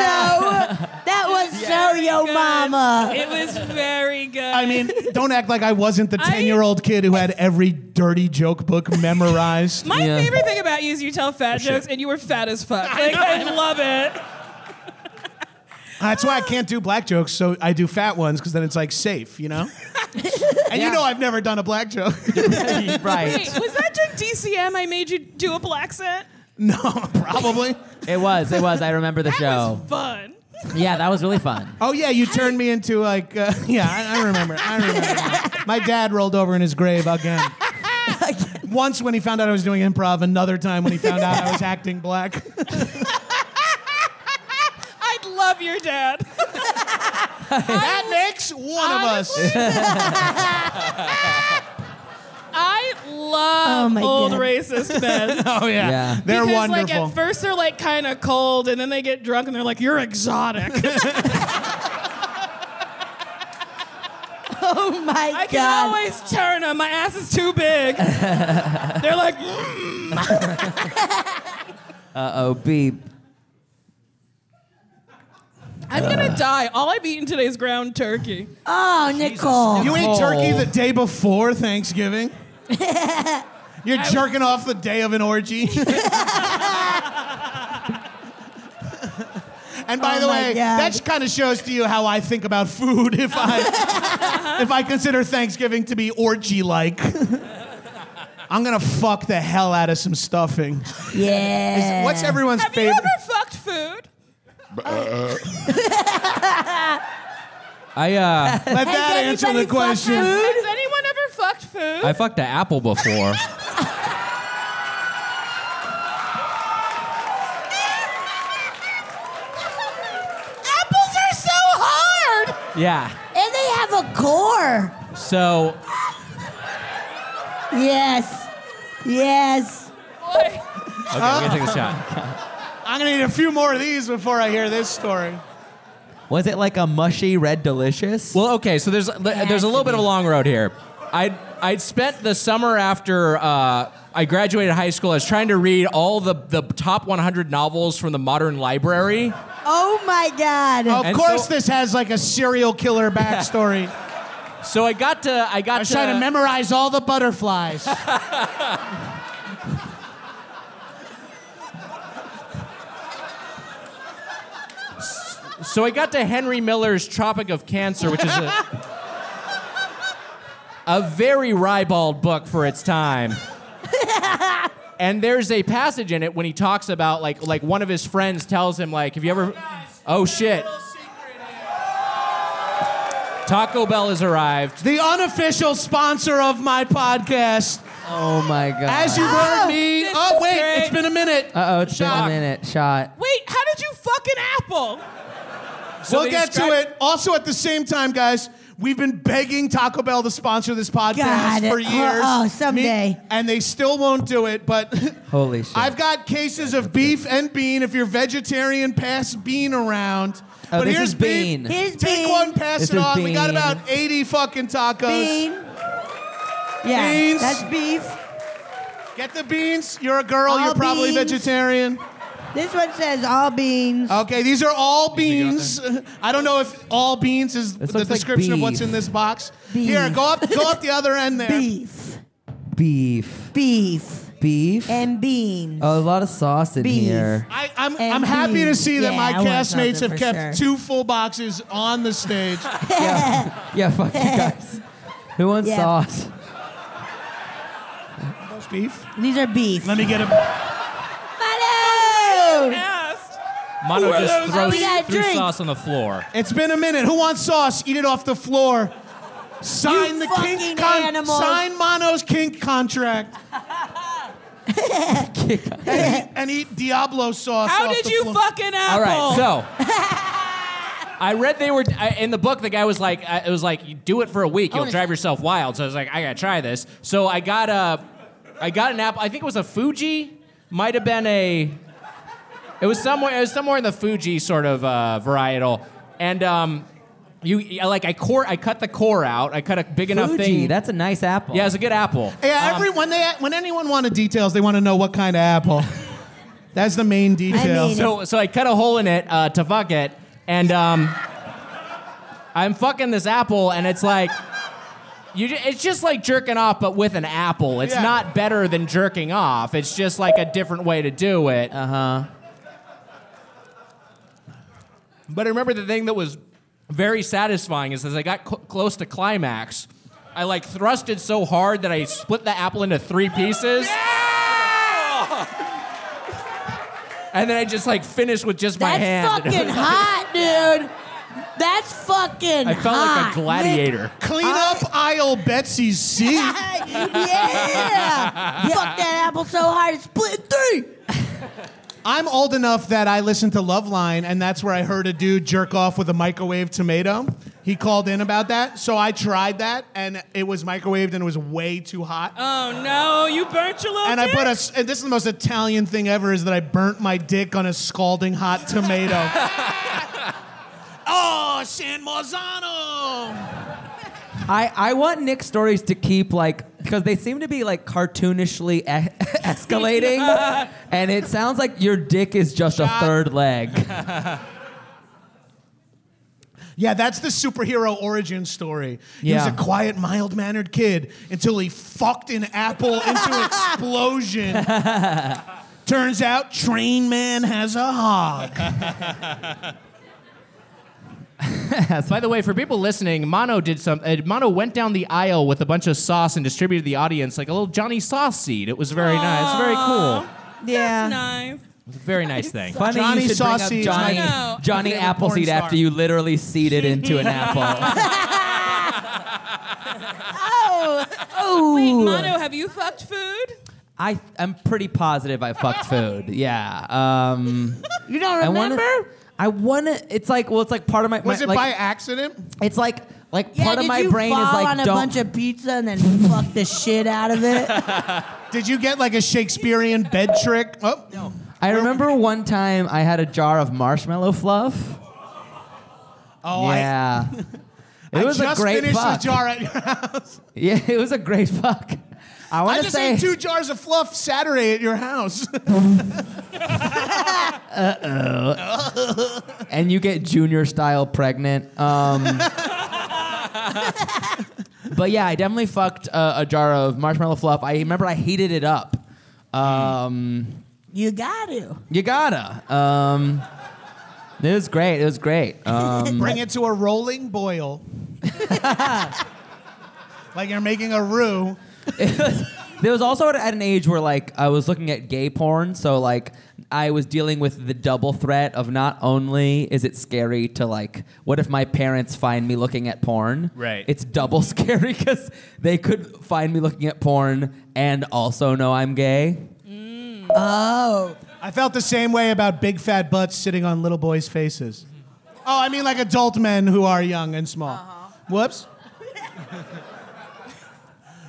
[SPEAKER 4] That was so yo
[SPEAKER 2] Good.
[SPEAKER 4] mama.
[SPEAKER 2] It was very good.
[SPEAKER 1] I mean, don't act like I wasn't the
[SPEAKER 2] I-
[SPEAKER 1] 10 year old kid who had every dirty joke book memorized.
[SPEAKER 2] my
[SPEAKER 3] Yeah.
[SPEAKER 2] favorite thing about you is you tell fat jokes and you were fat as fuck. Like, I love it.
[SPEAKER 1] That's why I can't do black jokes, so I do fat ones because then it's like safe, you know? And you
[SPEAKER 3] Yeah.
[SPEAKER 1] know I've never done a black joke.
[SPEAKER 3] right.
[SPEAKER 2] Wait, was that during DCM I made you do a black set?
[SPEAKER 1] no, probably.
[SPEAKER 3] It was. It was. I remember the
[SPEAKER 2] That
[SPEAKER 3] show.
[SPEAKER 2] was fun.
[SPEAKER 3] Yeah, that was really fun.
[SPEAKER 1] Oh yeah, you turned me into like uh, yeah. I, I remember. I remember. my dad rolled over in his grave again. Once when he found out I was doing improv. Another time when he found out I was acting black.
[SPEAKER 2] I'd love your dad.
[SPEAKER 1] that makes one of us.
[SPEAKER 2] I love
[SPEAKER 4] Oh my
[SPEAKER 2] old
[SPEAKER 4] God.
[SPEAKER 2] racist men.
[SPEAKER 1] Oh yeah,
[SPEAKER 3] Yeah.
[SPEAKER 1] they're
[SPEAKER 2] because
[SPEAKER 1] wonderful.
[SPEAKER 2] like at first they're like kind of cold and then they get drunk and they're like you're exotic.
[SPEAKER 4] Oh my
[SPEAKER 2] I can
[SPEAKER 4] god.
[SPEAKER 2] always turn them. My ass is too big. they're like "Mm."
[SPEAKER 3] Oh, beep.
[SPEAKER 2] I'm gonna die. All I've eaten today is ground turkey.
[SPEAKER 4] oh, Nicole.
[SPEAKER 1] you ate
[SPEAKER 3] Oh.
[SPEAKER 1] turkey the day before Thanksgiving. You're
[SPEAKER 2] I-
[SPEAKER 1] jerking off the day of an orgy. And by
[SPEAKER 4] Oh
[SPEAKER 1] the
[SPEAKER 4] my
[SPEAKER 1] way,
[SPEAKER 4] God.
[SPEAKER 1] that kind of shows to you how I think about food if I if I consider Thanksgiving to be orgy like. I'm gonna fuck the hell out of some stuffing.
[SPEAKER 4] yeah.
[SPEAKER 1] What's everyone's
[SPEAKER 2] Have you
[SPEAKER 1] favorite?
[SPEAKER 2] ever fucked food?
[SPEAKER 3] I uh,
[SPEAKER 1] Let
[SPEAKER 4] Has
[SPEAKER 1] that answer the
[SPEAKER 4] anybody fucked
[SPEAKER 1] question.
[SPEAKER 4] food?
[SPEAKER 2] Has anyone ever fucked food?
[SPEAKER 5] I fucked an apple before.
[SPEAKER 4] Apples are so hard,
[SPEAKER 3] yeah.
[SPEAKER 4] and they have a core.
[SPEAKER 3] So
[SPEAKER 4] Yes. Yes.
[SPEAKER 2] Boy,
[SPEAKER 5] Okay, I'm gonna take a shot.
[SPEAKER 1] I'm gonna need a few more of these before I hear this story.
[SPEAKER 3] was it like a mushy red delicious?
[SPEAKER 5] Well, okay, so there's there's a little bit of a long road here. I would I'd spent the summer after uh, I graduated high school. I was trying to read all the the top 100 novels from the modern library.
[SPEAKER 4] Oh my god.
[SPEAKER 1] Of
[SPEAKER 5] And
[SPEAKER 1] course,
[SPEAKER 5] so-
[SPEAKER 1] this has like a serial killer backstory.
[SPEAKER 5] So I got to I got
[SPEAKER 1] I was
[SPEAKER 5] to,
[SPEAKER 1] trying to memorize all the butterflies.
[SPEAKER 5] So I got to Henry Miller's Tropic of Cancer, which is a, a very ribald book for its time. And there's a passage in it when he talks about like like one of his friends tells him like, "Have you ever? Oh shit! Taco Bell has arrived.
[SPEAKER 1] the unofficial sponsor of my podcast.
[SPEAKER 3] oh my god.
[SPEAKER 1] As you've heard me.
[SPEAKER 2] this
[SPEAKER 1] Oh,
[SPEAKER 2] is
[SPEAKER 1] wait,
[SPEAKER 2] great.
[SPEAKER 1] it's been a minute.
[SPEAKER 3] Uh oh, it's been
[SPEAKER 1] Shock.
[SPEAKER 3] a minute. Shot.
[SPEAKER 2] wait, how did you fuck an apple?
[SPEAKER 5] So
[SPEAKER 1] we'll
[SPEAKER 5] they
[SPEAKER 1] get
[SPEAKER 5] describe-
[SPEAKER 1] to it. Also, at the same time, guys, we've been begging Taco Bell to sponsor this podcast
[SPEAKER 4] God.
[SPEAKER 1] for years.
[SPEAKER 4] Oh, oh, someday.
[SPEAKER 1] Me- and they still won't do it, but.
[SPEAKER 3] Holy shit.
[SPEAKER 1] I've got cases of beef and bean. If you're vegetarian, pass bean around.
[SPEAKER 3] Oh,
[SPEAKER 1] but
[SPEAKER 3] this
[SPEAKER 1] here's
[SPEAKER 3] is bean.
[SPEAKER 4] Here's
[SPEAKER 1] Take
[SPEAKER 4] bean.
[SPEAKER 1] one, pass
[SPEAKER 3] This
[SPEAKER 1] it
[SPEAKER 3] is
[SPEAKER 1] on. We got
[SPEAKER 3] bean.
[SPEAKER 1] about 80 fucking tacos.
[SPEAKER 4] Bean. Yeah,
[SPEAKER 1] Beans.
[SPEAKER 4] that's beef.
[SPEAKER 1] Get the beans. You're a girl.
[SPEAKER 4] All
[SPEAKER 1] You're probably
[SPEAKER 4] beans.
[SPEAKER 1] vegetarian.
[SPEAKER 4] This one says all beans.
[SPEAKER 1] Okay, these are all
[SPEAKER 5] you got
[SPEAKER 1] beans. I don't know if all beans is
[SPEAKER 3] This
[SPEAKER 1] the
[SPEAKER 3] looks like
[SPEAKER 1] description of what's
[SPEAKER 3] beef.
[SPEAKER 1] in this box.
[SPEAKER 4] Beef.
[SPEAKER 1] Here, go up, go up the other end there.
[SPEAKER 4] Beef,
[SPEAKER 3] Beef.
[SPEAKER 4] beef,
[SPEAKER 3] Beef. Oh.
[SPEAKER 4] and beans.
[SPEAKER 3] a lot of sauce in
[SPEAKER 4] Beef.
[SPEAKER 3] here.
[SPEAKER 1] I, I'm,
[SPEAKER 4] And
[SPEAKER 1] I'm happy to
[SPEAKER 4] beans.
[SPEAKER 1] see that
[SPEAKER 4] Yeah,
[SPEAKER 1] my
[SPEAKER 4] I want something
[SPEAKER 1] castmates have
[SPEAKER 4] for
[SPEAKER 1] kept
[SPEAKER 4] sure.
[SPEAKER 1] two full boxes on the stage.
[SPEAKER 3] Yeah, fuck you guys. Who wants
[SPEAKER 4] Yeah.
[SPEAKER 3] sauce?
[SPEAKER 1] That's beef.
[SPEAKER 4] These are beef.
[SPEAKER 1] Let me get a.
[SPEAKER 4] Manu!
[SPEAKER 2] Asked.
[SPEAKER 5] Mono
[SPEAKER 2] Who are
[SPEAKER 5] just
[SPEAKER 2] those?
[SPEAKER 5] throws
[SPEAKER 4] We gotta
[SPEAKER 5] threw
[SPEAKER 4] drink.
[SPEAKER 5] sauce on the floor.
[SPEAKER 1] It's been a minute. Who wants sauce? Eat it off the floor. Sign
[SPEAKER 4] You
[SPEAKER 1] the
[SPEAKER 4] fucking
[SPEAKER 1] kink con-
[SPEAKER 4] animals.
[SPEAKER 1] Sign Mono's kink contract. and, eat, and eat Diablo sauce.
[SPEAKER 2] How
[SPEAKER 1] off
[SPEAKER 2] did
[SPEAKER 1] the
[SPEAKER 2] you
[SPEAKER 1] floor.
[SPEAKER 2] fucking
[SPEAKER 5] All
[SPEAKER 2] apple?
[SPEAKER 5] right, so I read they were I, in the book. The guy was like, I, it was like, you do it for a week, you'll drive yourself wild. So I was like, I gotta try this. So I got a, I got an apple. I think it was a Fuji. Might have been a. It was somewhere. It was somewhere in the Fuji sort of uh, varietal, and um, you I, like I core. I cut the core out. I cut a big enough
[SPEAKER 3] Fuji,
[SPEAKER 5] thing.
[SPEAKER 3] that's a nice apple.
[SPEAKER 5] yeah, it's a good apple. Um,
[SPEAKER 1] Yeah, every when they when anyone wanted details, they want to know what kind of apple. That's the main detail.
[SPEAKER 4] mean-
[SPEAKER 5] So so I cut a hole in it uh, to fuck it, and um, I'm fucking this apple, and it's like. You, ju- it's just like jerking off, but with an apple. It's
[SPEAKER 1] Yeah.
[SPEAKER 5] not better than jerking off. It's just like a different way to do it. Uh huh. But I remember the thing that was very satisfying is as I got cl- close to climax, I like thrusted so hard that I split the apple into three pieces. And then I just like finished with just my
[SPEAKER 4] That's
[SPEAKER 5] hand.
[SPEAKER 4] fucking hot, dude. That's fucking
[SPEAKER 5] I felt like
[SPEAKER 4] hot.
[SPEAKER 5] a gladiator.
[SPEAKER 1] Clean up aisle Betsy's seat.
[SPEAKER 4] yeah. Fuck that apple so hard it split in three.
[SPEAKER 1] I'm old enough that I listened to Loveline, and that's where I heard a dude jerk off with a microwave tomato. He called in about that, so I tried that, and it was microwaved and it was way too hot.
[SPEAKER 2] Oh no, you burnt your little.
[SPEAKER 1] and I
[SPEAKER 2] dick?
[SPEAKER 1] put a. s- And this is the most Italian thing ever: is that I burnt my dick on a scalding hot tomato. oh, San Marzano!
[SPEAKER 3] I, I want Nick's stories to keep like because they seem to be like cartoonishly e- escalating, and it sounds like your dick is just a third leg.
[SPEAKER 1] Yeah, that's the superhero origin story. He was
[SPEAKER 3] Yeah.
[SPEAKER 1] a quiet, mild mannered kid until he fucked an apple into explosion. Turns out, Train Man has a hog.
[SPEAKER 5] By the way, for people listening, Mono did some. Uh, Mono went down the aisle with a bunch of sauce and distributed to the audience like a little Johnny Sauce seed. It was very nice, very cool.
[SPEAKER 2] That's nice.
[SPEAKER 5] It was a very nice thing.
[SPEAKER 3] Funny you
[SPEAKER 1] Johnny
[SPEAKER 3] should bring up
[SPEAKER 1] Saucy is
[SPEAKER 3] Johnny,
[SPEAKER 2] my- No.
[SPEAKER 3] Johnny
[SPEAKER 1] favorite
[SPEAKER 3] Appleseed
[SPEAKER 1] porn
[SPEAKER 3] after
[SPEAKER 1] star.
[SPEAKER 3] you literally seed it into an apple.
[SPEAKER 4] Oh, oh.
[SPEAKER 2] Wait, Mono, have you fucked food?
[SPEAKER 3] I I'm pretty positive I fucked food. Yeah. Um,
[SPEAKER 4] you don't
[SPEAKER 3] I
[SPEAKER 4] remember?
[SPEAKER 3] wanna. I wanna. It's like well, it's like part of my.
[SPEAKER 1] Was
[SPEAKER 3] my-
[SPEAKER 1] it
[SPEAKER 3] like,
[SPEAKER 1] by accident?
[SPEAKER 3] It's like like
[SPEAKER 4] yeah,
[SPEAKER 3] part of
[SPEAKER 4] did
[SPEAKER 3] my
[SPEAKER 4] you
[SPEAKER 3] brain
[SPEAKER 4] fall
[SPEAKER 3] is like
[SPEAKER 4] on a
[SPEAKER 3] don't.
[SPEAKER 4] bunch of pizza and then fuck the shit out of it.
[SPEAKER 1] Did you get like a Shakespearean bed trick? Oh, no.
[SPEAKER 3] I remember one time I had a jar of marshmallow fluff.
[SPEAKER 1] Oh,
[SPEAKER 3] yeah.
[SPEAKER 1] I,
[SPEAKER 3] it was
[SPEAKER 1] I just
[SPEAKER 3] a great
[SPEAKER 1] finished
[SPEAKER 3] fuck.
[SPEAKER 1] the jar at your house.
[SPEAKER 3] Yeah, it was a great fuck. I
[SPEAKER 1] I
[SPEAKER 3] want to
[SPEAKER 1] just
[SPEAKER 3] say
[SPEAKER 1] ate two jars of fluff Saturday at your house.
[SPEAKER 3] and you get junior style pregnant. Um, but yeah, I definitely fucked uh, a jar of marshmallow fluff. I remember I heated it up. Um,
[SPEAKER 4] you got to.
[SPEAKER 3] you gotta. Um, it was great. It was great. Um,
[SPEAKER 1] Bring it to a rolling boil. like you're making a roux.
[SPEAKER 3] There was also at, at an age where like I was looking at gay porn, so like I was dealing with the double threat of not only is it scary to like what if my parents find me looking at porn?
[SPEAKER 5] Right.
[SPEAKER 3] It's double scary cuz they could find me looking at porn and also know I'm gay.
[SPEAKER 1] I felt the same way about big fat butts sitting on little boys' faces. Oh, I mean like adult men who are young and small.
[SPEAKER 4] Uh-huh.
[SPEAKER 1] Whoops.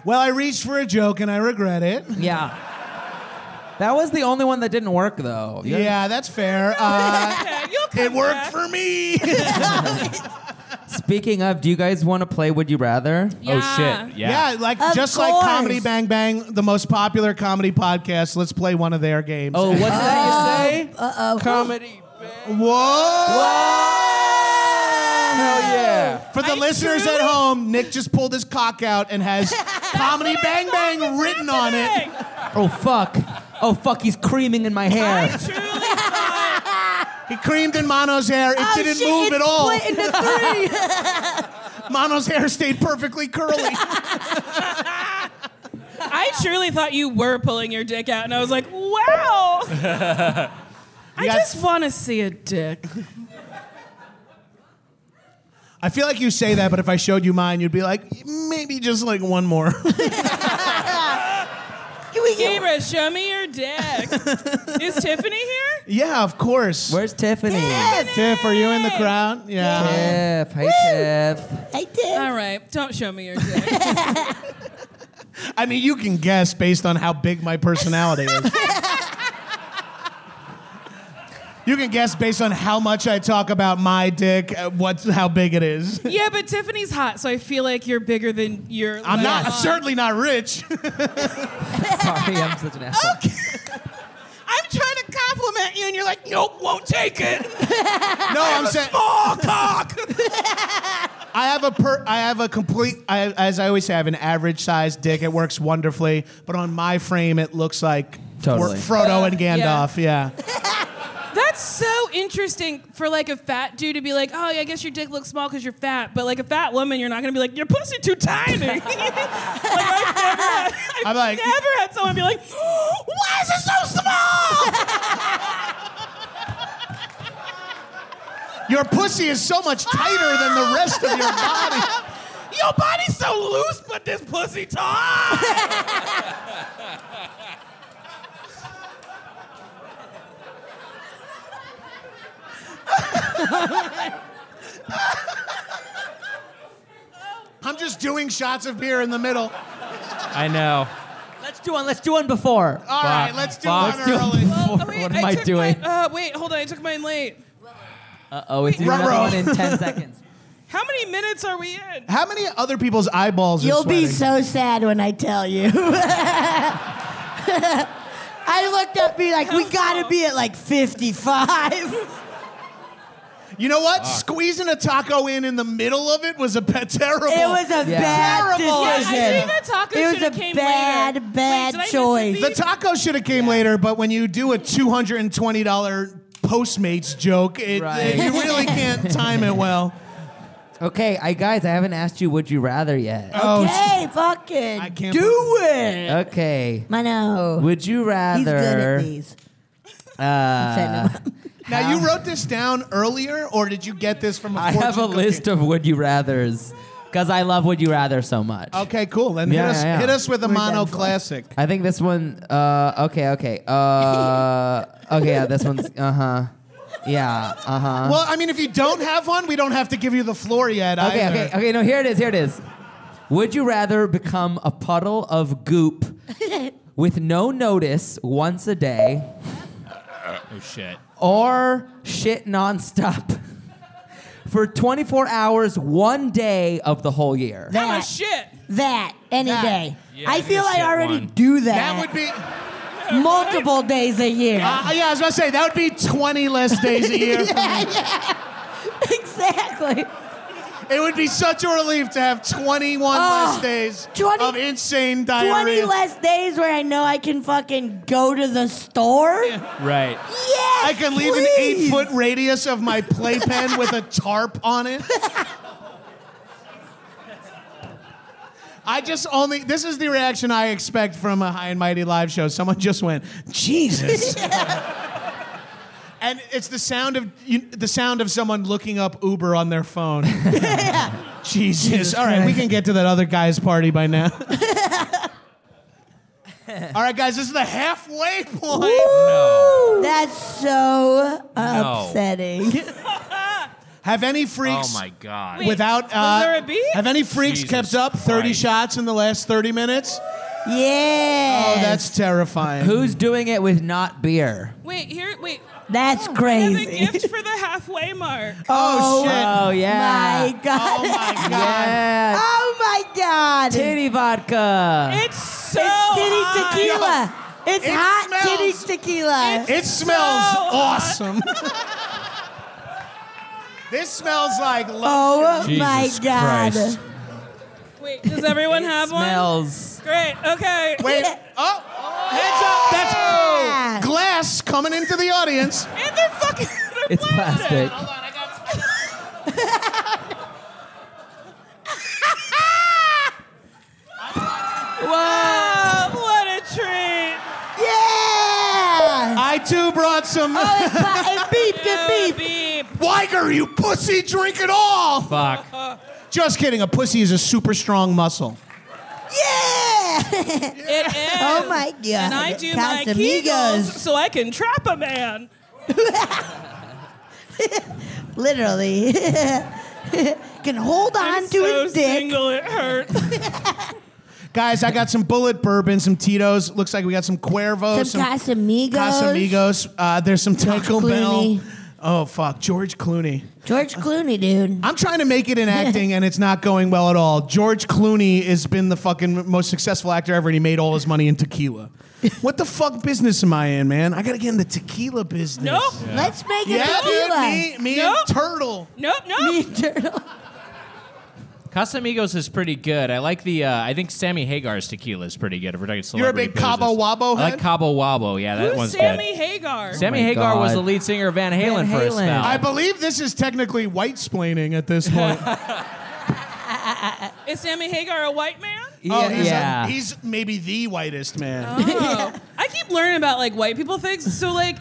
[SPEAKER 1] well, I reached for a joke and I regret it.
[SPEAKER 3] Yeah. That was the only one that didn't work though.
[SPEAKER 1] Yeah, that's fair. Uh,
[SPEAKER 2] Okay, you'll come
[SPEAKER 1] it worked
[SPEAKER 2] back.
[SPEAKER 1] for me.
[SPEAKER 3] Speaking of, do you guys want to play Would You Rather?
[SPEAKER 5] Oh shit. Yeah.
[SPEAKER 1] Yeah, like
[SPEAKER 4] Of
[SPEAKER 1] just like
[SPEAKER 4] course.
[SPEAKER 1] Comedy Bang Bang, the most popular comedy podcast. Let's play one of their games.
[SPEAKER 3] Oh, what's that you say? Uh-oh. Comedy. Hell yeah.
[SPEAKER 1] For the
[SPEAKER 2] I
[SPEAKER 1] listeners
[SPEAKER 2] truly-
[SPEAKER 1] at home, Nick just pulled his cock out and has Comedy Bang Bang written on it.
[SPEAKER 3] Oh, fuck. Oh, fuck, he's creaming in my hair.
[SPEAKER 1] He creamed in Mono's hair. It
[SPEAKER 4] Oh,
[SPEAKER 1] didn't
[SPEAKER 4] shit,
[SPEAKER 1] move
[SPEAKER 4] it's
[SPEAKER 1] at all.
[SPEAKER 4] Split into three.
[SPEAKER 1] Mono's hair stayed perfectly curly.
[SPEAKER 2] I truly thought you were pulling your dick out, and I was like, wow. I
[SPEAKER 1] got-
[SPEAKER 2] just want to see a dick.
[SPEAKER 1] I feel like you say that, but if I showed you mine, you'd be like, maybe just like one more.
[SPEAKER 4] Can we get
[SPEAKER 2] Gabriel, show me your dick. Is Tiffany here?
[SPEAKER 1] yeah, of course.
[SPEAKER 3] Where's Tiffany?
[SPEAKER 4] Yes.
[SPEAKER 1] Tiff, are you in the crowd? Yeah.
[SPEAKER 3] Tiff. Hey, Tiff.
[SPEAKER 4] I did.
[SPEAKER 2] All right, don't show me your dick.
[SPEAKER 1] I mean, you can guess based on how big my personality is. you can guess based on how much I talk about my dick, uh, what's how big it is.
[SPEAKER 2] yeah, but Tiffany's hot, so I feel like you're bigger than your.
[SPEAKER 1] I'm not
[SPEAKER 2] leg.
[SPEAKER 1] certainly not rich.
[SPEAKER 3] Sorry, I'm such an asshole.
[SPEAKER 2] I'm trying to compliment you, and you're like, nope, won't take it.
[SPEAKER 1] No, I'm saying small cock. I have a per, I have a complete. I, as I always say, I have an average sized dick. It works wonderfully, but on my frame, it looks like
[SPEAKER 3] Totally.
[SPEAKER 1] Fro- Frodo and Gandalf. Yeah.
[SPEAKER 2] That's so interesting for like a fat dude to be like, oh, yeah, I guess your dick looks small because you're fat. But like a fat woman, you're not gonna be like, your pussy too tiny. like I've never, had,
[SPEAKER 1] I'm
[SPEAKER 2] I've
[SPEAKER 1] like-
[SPEAKER 2] never had someone be like, why is it so small?
[SPEAKER 1] your pussy is so much tighter than the rest of your body.
[SPEAKER 2] Your body's so loose, but this pussy tight.
[SPEAKER 1] I'm just doing shots of beer in the middle.
[SPEAKER 5] I know.
[SPEAKER 3] Let's do one. Let's do one before.
[SPEAKER 1] All right,
[SPEAKER 5] Fuck.
[SPEAKER 1] let's do
[SPEAKER 5] Fuck.
[SPEAKER 1] one
[SPEAKER 5] Let's do it.
[SPEAKER 1] early.
[SPEAKER 2] Oh,
[SPEAKER 3] What am I
[SPEAKER 2] took
[SPEAKER 3] doing?
[SPEAKER 2] mine- uh, wait, hold on, I took mine late.
[SPEAKER 3] Uh oh, it's another
[SPEAKER 1] Ruh-roh.
[SPEAKER 3] one in 10 seconds.
[SPEAKER 2] How many minutes are we in? Oh,
[SPEAKER 1] How many other people's eyeballs?
[SPEAKER 4] You'll
[SPEAKER 1] are sweating?
[SPEAKER 4] be so sad when I tell you. I looked up, be like, we gotta be at like 55.
[SPEAKER 1] You know what? Squeezing a taco in in the middle of it was a pe- terrible.
[SPEAKER 4] It was a
[SPEAKER 3] Yeah.
[SPEAKER 4] bad
[SPEAKER 1] Terrible.
[SPEAKER 2] Yeah, I
[SPEAKER 4] decision.
[SPEAKER 2] think that taco
[SPEAKER 4] it was
[SPEAKER 2] should've
[SPEAKER 4] a
[SPEAKER 2] came
[SPEAKER 4] bad,
[SPEAKER 2] later.
[SPEAKER 4] bad
[SPEAKER 2] Wait, did I miss a
[SPEAKER 4] choice.
[SPEAKER 1] The taco should have came later, but when you do a two hundred and twenty dollar Postmates joke, it,
[SPEAKER 3] Right.
[SPEAKER 1] you really can't time it well.
[SPEAKER 3] Okay, I guys, I haven't asked you would you rather yet.
[SPEAKER 1] Oh, sh-
[SPEAKER 4] Hey, fucking
[SPEAKER 1] I can't
[SPEAKER 4] do
[SPEAKER 1] believe-
[SPEAKER 4] it.
[SPEAKER 3] Okay.
[SPEAKER 4] Mano.
[SPEAKER 3] Would you rather
[SPEAKER 4] He's good at these. I'm setting him up.
[SPEAKER 1] now you wrote this down earlier, or did you get this from? A
[SPEAKER 3] I have a
[SPEAKER 1] fortune cookie?
[SPEAKER 3] list of would you rathers cuz I love would you rather so much.
[SPEAKER 1] Okay, cool. Then
[SPEAKER 3] Yeah,
[SPEAKER 1] hit, us,
[SPEAKER 3] yeah, yeah.
[SPEAKER 1] hit us with a mono
[SPEAKER 4] done for.
[SPEAKER 1] classic.
[SPEAKER 3] I think this one uh okay, okay. Uh okay, yeah, this one's uh-huh. Yeah, uh-huh.
[SPEAKER 1] Well, I mean, if you don't have one, we don't have to give you the floor yet.
[SPEAKER 3] Okay,
[SPEAKER 1] either.
[SPEAKER 3] okay, okay. No, here it is. Here it is. Would you rather become a puddle of goop with no notice once a day,
[SPEAKER 5] Oh shit.
[SPEAKER 3] or shit nonstop for 24 hours one day of the whole year?
[SPEAKER 4] That,
[SPEAKER 2] I'm a shit.
[SPEAKER 4] that, any
[SPEAKER 1] That.
[SPEAKER 4] day.
[SPEAKER 5] Yeah,
[SPEAKER 4] I
[SPEAKER 5] give me
[SPEAKER 4] feel
[SPEAKER 5] a
[SPEAKER 4] I
[SPEAKER 5] shit
[SPEAKER 4] already
[SPEAKER 5] one.
[SPEAKER 4] do
[SPEAKER 1] That
[SPEAKER 4] that,
[SPEAKER 1] would be.
[SPEAKER 4] multiple days a year.
[SPEAKER 1] Uh, yeah, I was about to say that would be 20 less days a year.
[SPEAKER 4] yeah, yeah. exactly.
[SPEAKER 1] It would be such a relief to have 21 less
[SPEAKER 3] Ah,
[SPEAKER 4] Oh,
[SPEAKER 1] days
[SPEAKER 4] 20
[SPEAKER 1] of insane
[SPEAKER 4] 20
[SPEAKER 1] diarrhea.
[SPEAKER 4] less days where I know I can fucking go to the store. Yes,
[SPEAKER 5] Right.
[SPEAKER 1] I can leave an
[SPEAKER 4] please.
[SPEAKER 1] eight foot radius of my playpen with a tarp on it. I just only, this is the reaction I expect from a high and mighty live show. Someone just went, Jesus. And it's the sound of you, the sound of someone looking up Uber on their phone. Jesus. All right, we can get to that other guy's party by now. All right, guys, this is the halfway point.
[SPEAKER 4] That's so
[SPEAKER 5] No.
[SPEAKER 4] upsetting.
[SPEAKER 1] Have any freaks
[SPEAKER 5] Oh my god.
[SPEAKER 2] Wait.
[SPEAKER 1] without
[SPEAKER 2] was
[SPEAKER 1] uh,
[SPEAKER 2] there a beat?
[SPEAKER 1] have any freaks
[SPEAKER 5] Jesus
[SPEAKER 1] kept up 30
[SPEAKER 5] Christ.
[SPEAKER 1] shots in the last 30 minutes?
[SPEAKER 4] yeah.
[SPEAKER 1] Oh, that's terrifying.
[SPEAKER 3] Who's doing it with not beer?
[SPEAKER 2] Wait, here, wait.
[SPEAKER 4] That's
[SPEAKER 1] Oh,
[SPEAKER 2] And the
[SPEAKER 4] crazy.
[SPEAKER 2] gift for the halfway mark.
[SPEAKER 4] Oh,
[SPEAKER 3] Oh yeah.
[SPEAKER 4] my god.
[SPEAKER 5] Oh my god.
[SPEAKER 3] Yeah.
[SPEAKER 4] Oh my god.
[SPEAKER 3] Titty vodka.
[SPEAKER 2] It's so
[SPEAKER 4] It's titty
[SPEAKER 2] hot.
[SPEAKER 4] tequila. It's
[SPEAKER 1] It
[SPEAKER 4] hot
[SPEAKER 1] smells-
[SPEAKER 4] titty tequila.
[SPEAKER 1] It smells awesome. this smells like
[SPEAKER 4] oh
[SPEAKER 1] love.
[SPEAKER 4] my
[SPEAKER 1] Jesus
[SPEAKER 4] god.
[SPEAKER 1] Christ.
[SPEAKER 2] Wait, does everyone have
[SPEAKER 3] Smells.
[SPEAKER 2] one? Great. Okay.
[SPEAKER 1] Wait. Oh, heads up. That's
[SPEAKER 4] Yeah.
[SPEAKER 1] glass coming into the audience.
[SPEAKER 2] And they're fucking. They're
[SPEAKER 3] It's plastic.
[SPEAKER 2] Hold on, I got. Wow! What a treat.
[SPEAKER 4] Yeah.
[SPEAKER 1] I too brought some.
[SPEAKER 4] Oh, it, pop- it beeped.
[SPEAKER 2] Oh,
[SPEAKER 4] It beeped.
[SPEAKER 2] beep.
[SPEAKER 1] Weiger, you pussy, drink it all.
[SPEAKER 5] Fuck.
[SPEAKER 1] Just kidding. A pussy is a super strong muscle.
[SPEAKER 4] Yeah.
[SPEAKER 2] It is.
[SPEAKER 4] Oh my god.
[SPEAKER 2] And I do my
[SPEAKER 4] Casamigos.
[SPEAKER 2] Kegels so I can trap a man.
[SPEAKER 4] Literally. Can hold on
[SPEAKER 2] I'm
[SPEAKER 4] to
[SPEAKER 2] so
[SPEAKER 4] his dick.
[SPEAKER 2] single it hurts.
[SPEAKER 1] Guys, I got some bullet bourbon, some Tito's. Looks like we got some Cuervo,
[SPEAKER 4] Some Casamigos.
[SPEAKER 1] Casamigos. Uh, there's some Taco
[SPEAKER 4] George
[SPEAKER 1] Bell.
[SPEAKER 4] Clooney.
[SPEAKER 1] Oh fuck, George Clooney.
[SPEAKER 4] George Clooney, dude.
[SPEAKER 1] I'm trying to make it in acting, and it's not going well at all. George Clooney has been the fucking most successful actor ever, and he made all his money in tequila. what the fuck business am I in, man? I gotta get in the tequila business.
[SPEAKER 2] Nope.
[SPEAKER 4] Let's make it
[SPEAKER 1] Yeah, dude,
[SPEAKER 4] tequila.
[SPEAKER 1] me, me
[SPEAKER 2] Nope.
[SPEAKER 1] and Turtle.
[SPEAKER 2] Nope, nope.
[SPEAKER 4] Me turtle.
[SPEAKER 5] Casamigos is pretty good. I like the. Uh, I think Sammy Hagar's tequila is pretty good. If we're talking
[SPEAKER 1] You're a
[SPEAKER 5] celebrity
[SPEAKER 1] big Cabo
[SPEAKER 5] business.
[SPEAKER 1] Wabo
[SPEAKER 5] I like
[SPEAKER 1] head?
[SPEAKER 5] Cabo Wabo. Yeah, that
[SPEAKER 2] Who's
[SPEAKER 5] one's
[SPEAKER 2] Sammy
[SPEAKER 5] good.
[SPEAKER 2] Hagar?
[SPEAKER 5] Sammy
[SPEAKER 3] my
[SPEAKER 5] Hagar was
[SPEAKER 3] God.
[SPEAKER 5] the lead singer of Van
[SPEAKER 3] Van
[SPEAKER 5] Halen, for a
[SPEAKER 3] Halen.
[SPEAKER 5] spell.
[SPEAKER 1] I believe this is technically white splaining at this point.
[SPEAKER 2] Is Sammy Hagar a white man?
[SPEAKER 1] oh,
[SPEAKER 3] yeah.
[SPEAKER 1] he's, he's maybe the whitest man.
[SPEAKER 2] Oh. I keep learning about like white people things. So like,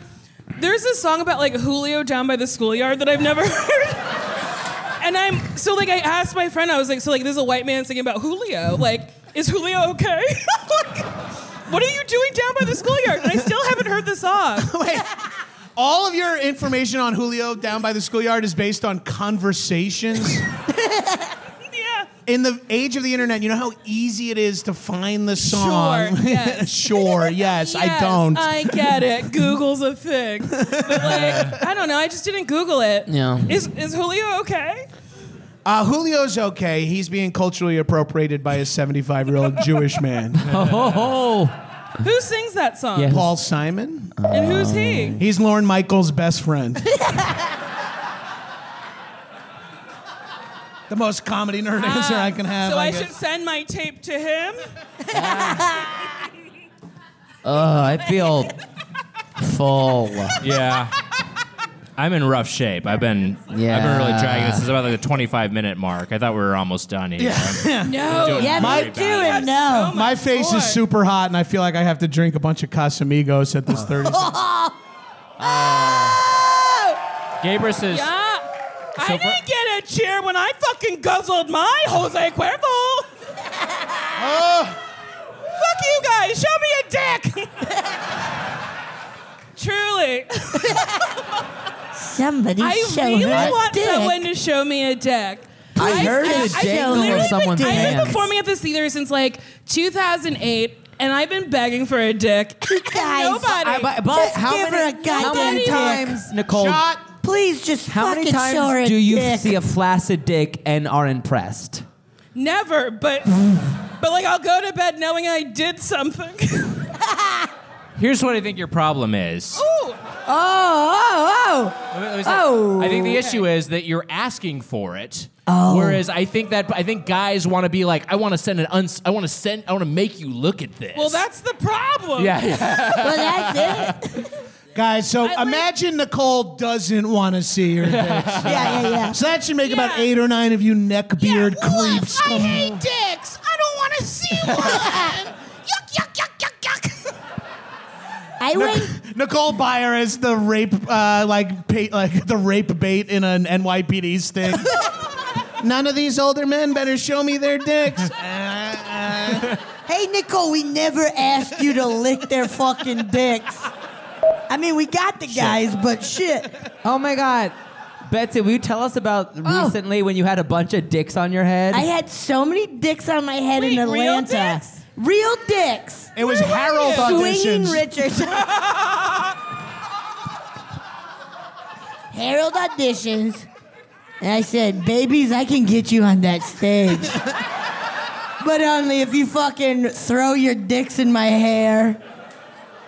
[SPEAKER 2] there's this song about like Julio down by the schoolyard that I've never heard. And I'm so like I asked my friend, I was like, so like this is a white man singing about Julio. Like, is Julio okay? like, what are you doing down by the schoolyard? And I still haven't heard the song.
[SPEAKER 1] Wait. All of your information on Julio down by the schoolyard is based on conversations.
[SPEAKER 2] yeah.
[SPEAKER 1] in the age of the internet, you know how easy it is to find the song.
[SPEAKER 2] Sure, yes.
[SPEAKER 1] Sure, Um, yes, I
[SPEAKER 2] Yes, uh,
[SPEAKER 1] don't.
[SPEAKER 2] I get it. Google's a thing. But like, I don't know. I just didn't Google it.
[SPEAKER 3] Yeah.
[SPEAKER 2] Is is Julio okay?
[SPEAKER 1] Uh, Julio's okay. He's being culturally appropriated by a 75 year old Jewish man.
[SPEAKER 3] Oh.
[SPEAKER 2] Who sings that song?
[SPEAKER 3] Yeah.
[SPEAKER 1] Paul Simon.
[SPEAKER 2] And who's he?
[SPEAKER 1] He's Lauren Michaels' best friend. the most comedy nerd answer I can have.
[SPEAKER 2] Ah, So I
[SPEAKER 1] guess.
[SPEAKER 2] should send my tape to him.
[SPEAKER 3] Uh, I feel full.
[SPEAKER 5] Yeah. I'm in rough shape. I've been I've been really
[SPEAKER 3] Yeah.
[SPEAKER 5] dragging. This is about like the 25 minute mark. I thought we were almost done here.
[SPEAKER 2] No.
[SPEAKER 4] Yeah,
[SPEAKER 5] My-
[SPEAKER 4] me too. And no.
[SPEAKER 1] My face
[SPEAKER 2] oh Lord.
[SPEAKER 1] is super hot, and I feel like I have to drink a bunch of Casamigos at
[SPEAKER 2] Oh.
[SPEAKER 1] this 30.
[SPEAKER 5] Gabrus is
[SPEAKER 2] Yeah.
[SPEAKER 5] So
[SPEAKER 2] I
[SPEAKER 5] for-
[SPEAKER 2] didn't get a cheer when I fucking guzzled my Jose Cuervo.
[SPEAKER 1] Oh.
[SPEAKER 2] Fuck you guys. Show me a dick. Truly.
[SPEAKER 4] Somebody
[SPEAKER 2] I
[SPEAKER 4] show
[SPEAKER 2] really
[SPEAKER 4] her
[SPEAKER 2] want
[SPEAKER 4] dick.
[SPEAKER 2] someone to show me a dick.
[SPEAKER 3] I
[SPEAKER 2] I've-
[SPEAKER 3] heard
[SPEAKER 2] I've-
[SPEAKER 3] it
[SPEAKER 2] I've
[SPEAKER 3] dangle
[SPEAKER 2] literally
[SPEAKER 3] in
[SPEAKER 2] been-
[SPEAKER 3] someone's
[SPEAKER 2] I've been
[SPEAKER 3] hands.
[SPEAKER 2] performing at this theater since like 2008, and I've been begging for a dick.
[SPEAKER 4] Guys,
[SPEAKER 2] Nobody.
[SPEAKER 3] I- but but
[SPEAKER 4] Just
[SPEAKER 3] how
[SPEAKER 4] give her a
[SPEAKER 3] many, how
[SPEAKER 4] goddamn
[SPEAKER 3] many
[SPEAKER 4] dick.
[SPEAKER 3] times, Nicole?
[SPEAKER 1] Shot.
[SPEAKER 4] Please just
[SPEAKER 3] How
[SPEAKER 4] fucking
[SPEAKER 3] many
[SPEAKER 4] show her a
[SPEAKER 3] times do you
[SPEAKER 4] dick.
[SPEAKER 3] see a flaccid dick and are impressed?
[SPEAKER 2] Never, but but like I'll go to bed knowing I did something.
[SPEAKER 5] Here's what I think your problem is.
[SPEAKER 2] Ooh,
[SPEAKER 4] Oh, oh,
[SPEAKER 5] Let me- let me say-
[SPEAKER 4] Oh.
[SPEAKER 5] I think the issue is that you're asking for it. Oh. Whereas I think that I think guys want to be like I want to send an uns- I want to send I want to make you look at this.
[SPEAKER 2] well, that's the problem.
[SPEAKER 5] yeah. yeah.
[SPEAKER 4] oh. Well, that's it.
[SPEAKER 1] Guys, so
[SPEAKER 2] like-
[SPEAKER 1] imagine Nicole doesn't want to see your dick.
[SPEAKER 4] Yeah, yeah, yeah.
[SPEAKER 1] So that should make about
[SPEAKER 2] Yeah.
[SPEAKER 1] eight or nine of you neck beard
[SPEAKER 2] Yeah, well,
[SPEAKER 1] creeps. come on.
[SPEAKER 2] dicks. I don't want to see one. yuck, yuck, yuck, yuck, yuck.
[SPEAKER 4] I went
[SPEAKER 1] Nicole Byer is the rape, uh, like pa- like the rape bait in an NYPD sting. None of these older men better show me their dicks.
[SPEAKER 4] Hey, Nicole, we never asked you to lick their fucking dicks. I mean, we got the guys, but shit.
[SPEAKER 3] Oh my god. Betsy, will you tell us about
[SPEAKER 4] Oh.
[SPEAKER 3] recently when you had a bunch of dicks on your head?
[SPEAKER 4] I had so many dicks on my head
[SPEAKER 2] Wait,
[SPEAKER 4] in
[SPEAKER 2] real
[SPEAKER 4] Atlanta.
[SPEAKER 2] dicks? Oh,
[SPEAKER 4] Real dicks.
[SPEAKER 1] It was Harold
[SPEAKER 4] Swinging
[SPEAKER 1] auditions.
[SPEAKER 4] Richards. Harold auditions, and I said, "Babies, I can get you on that stage, but only if you fucking throw your dicks in my hair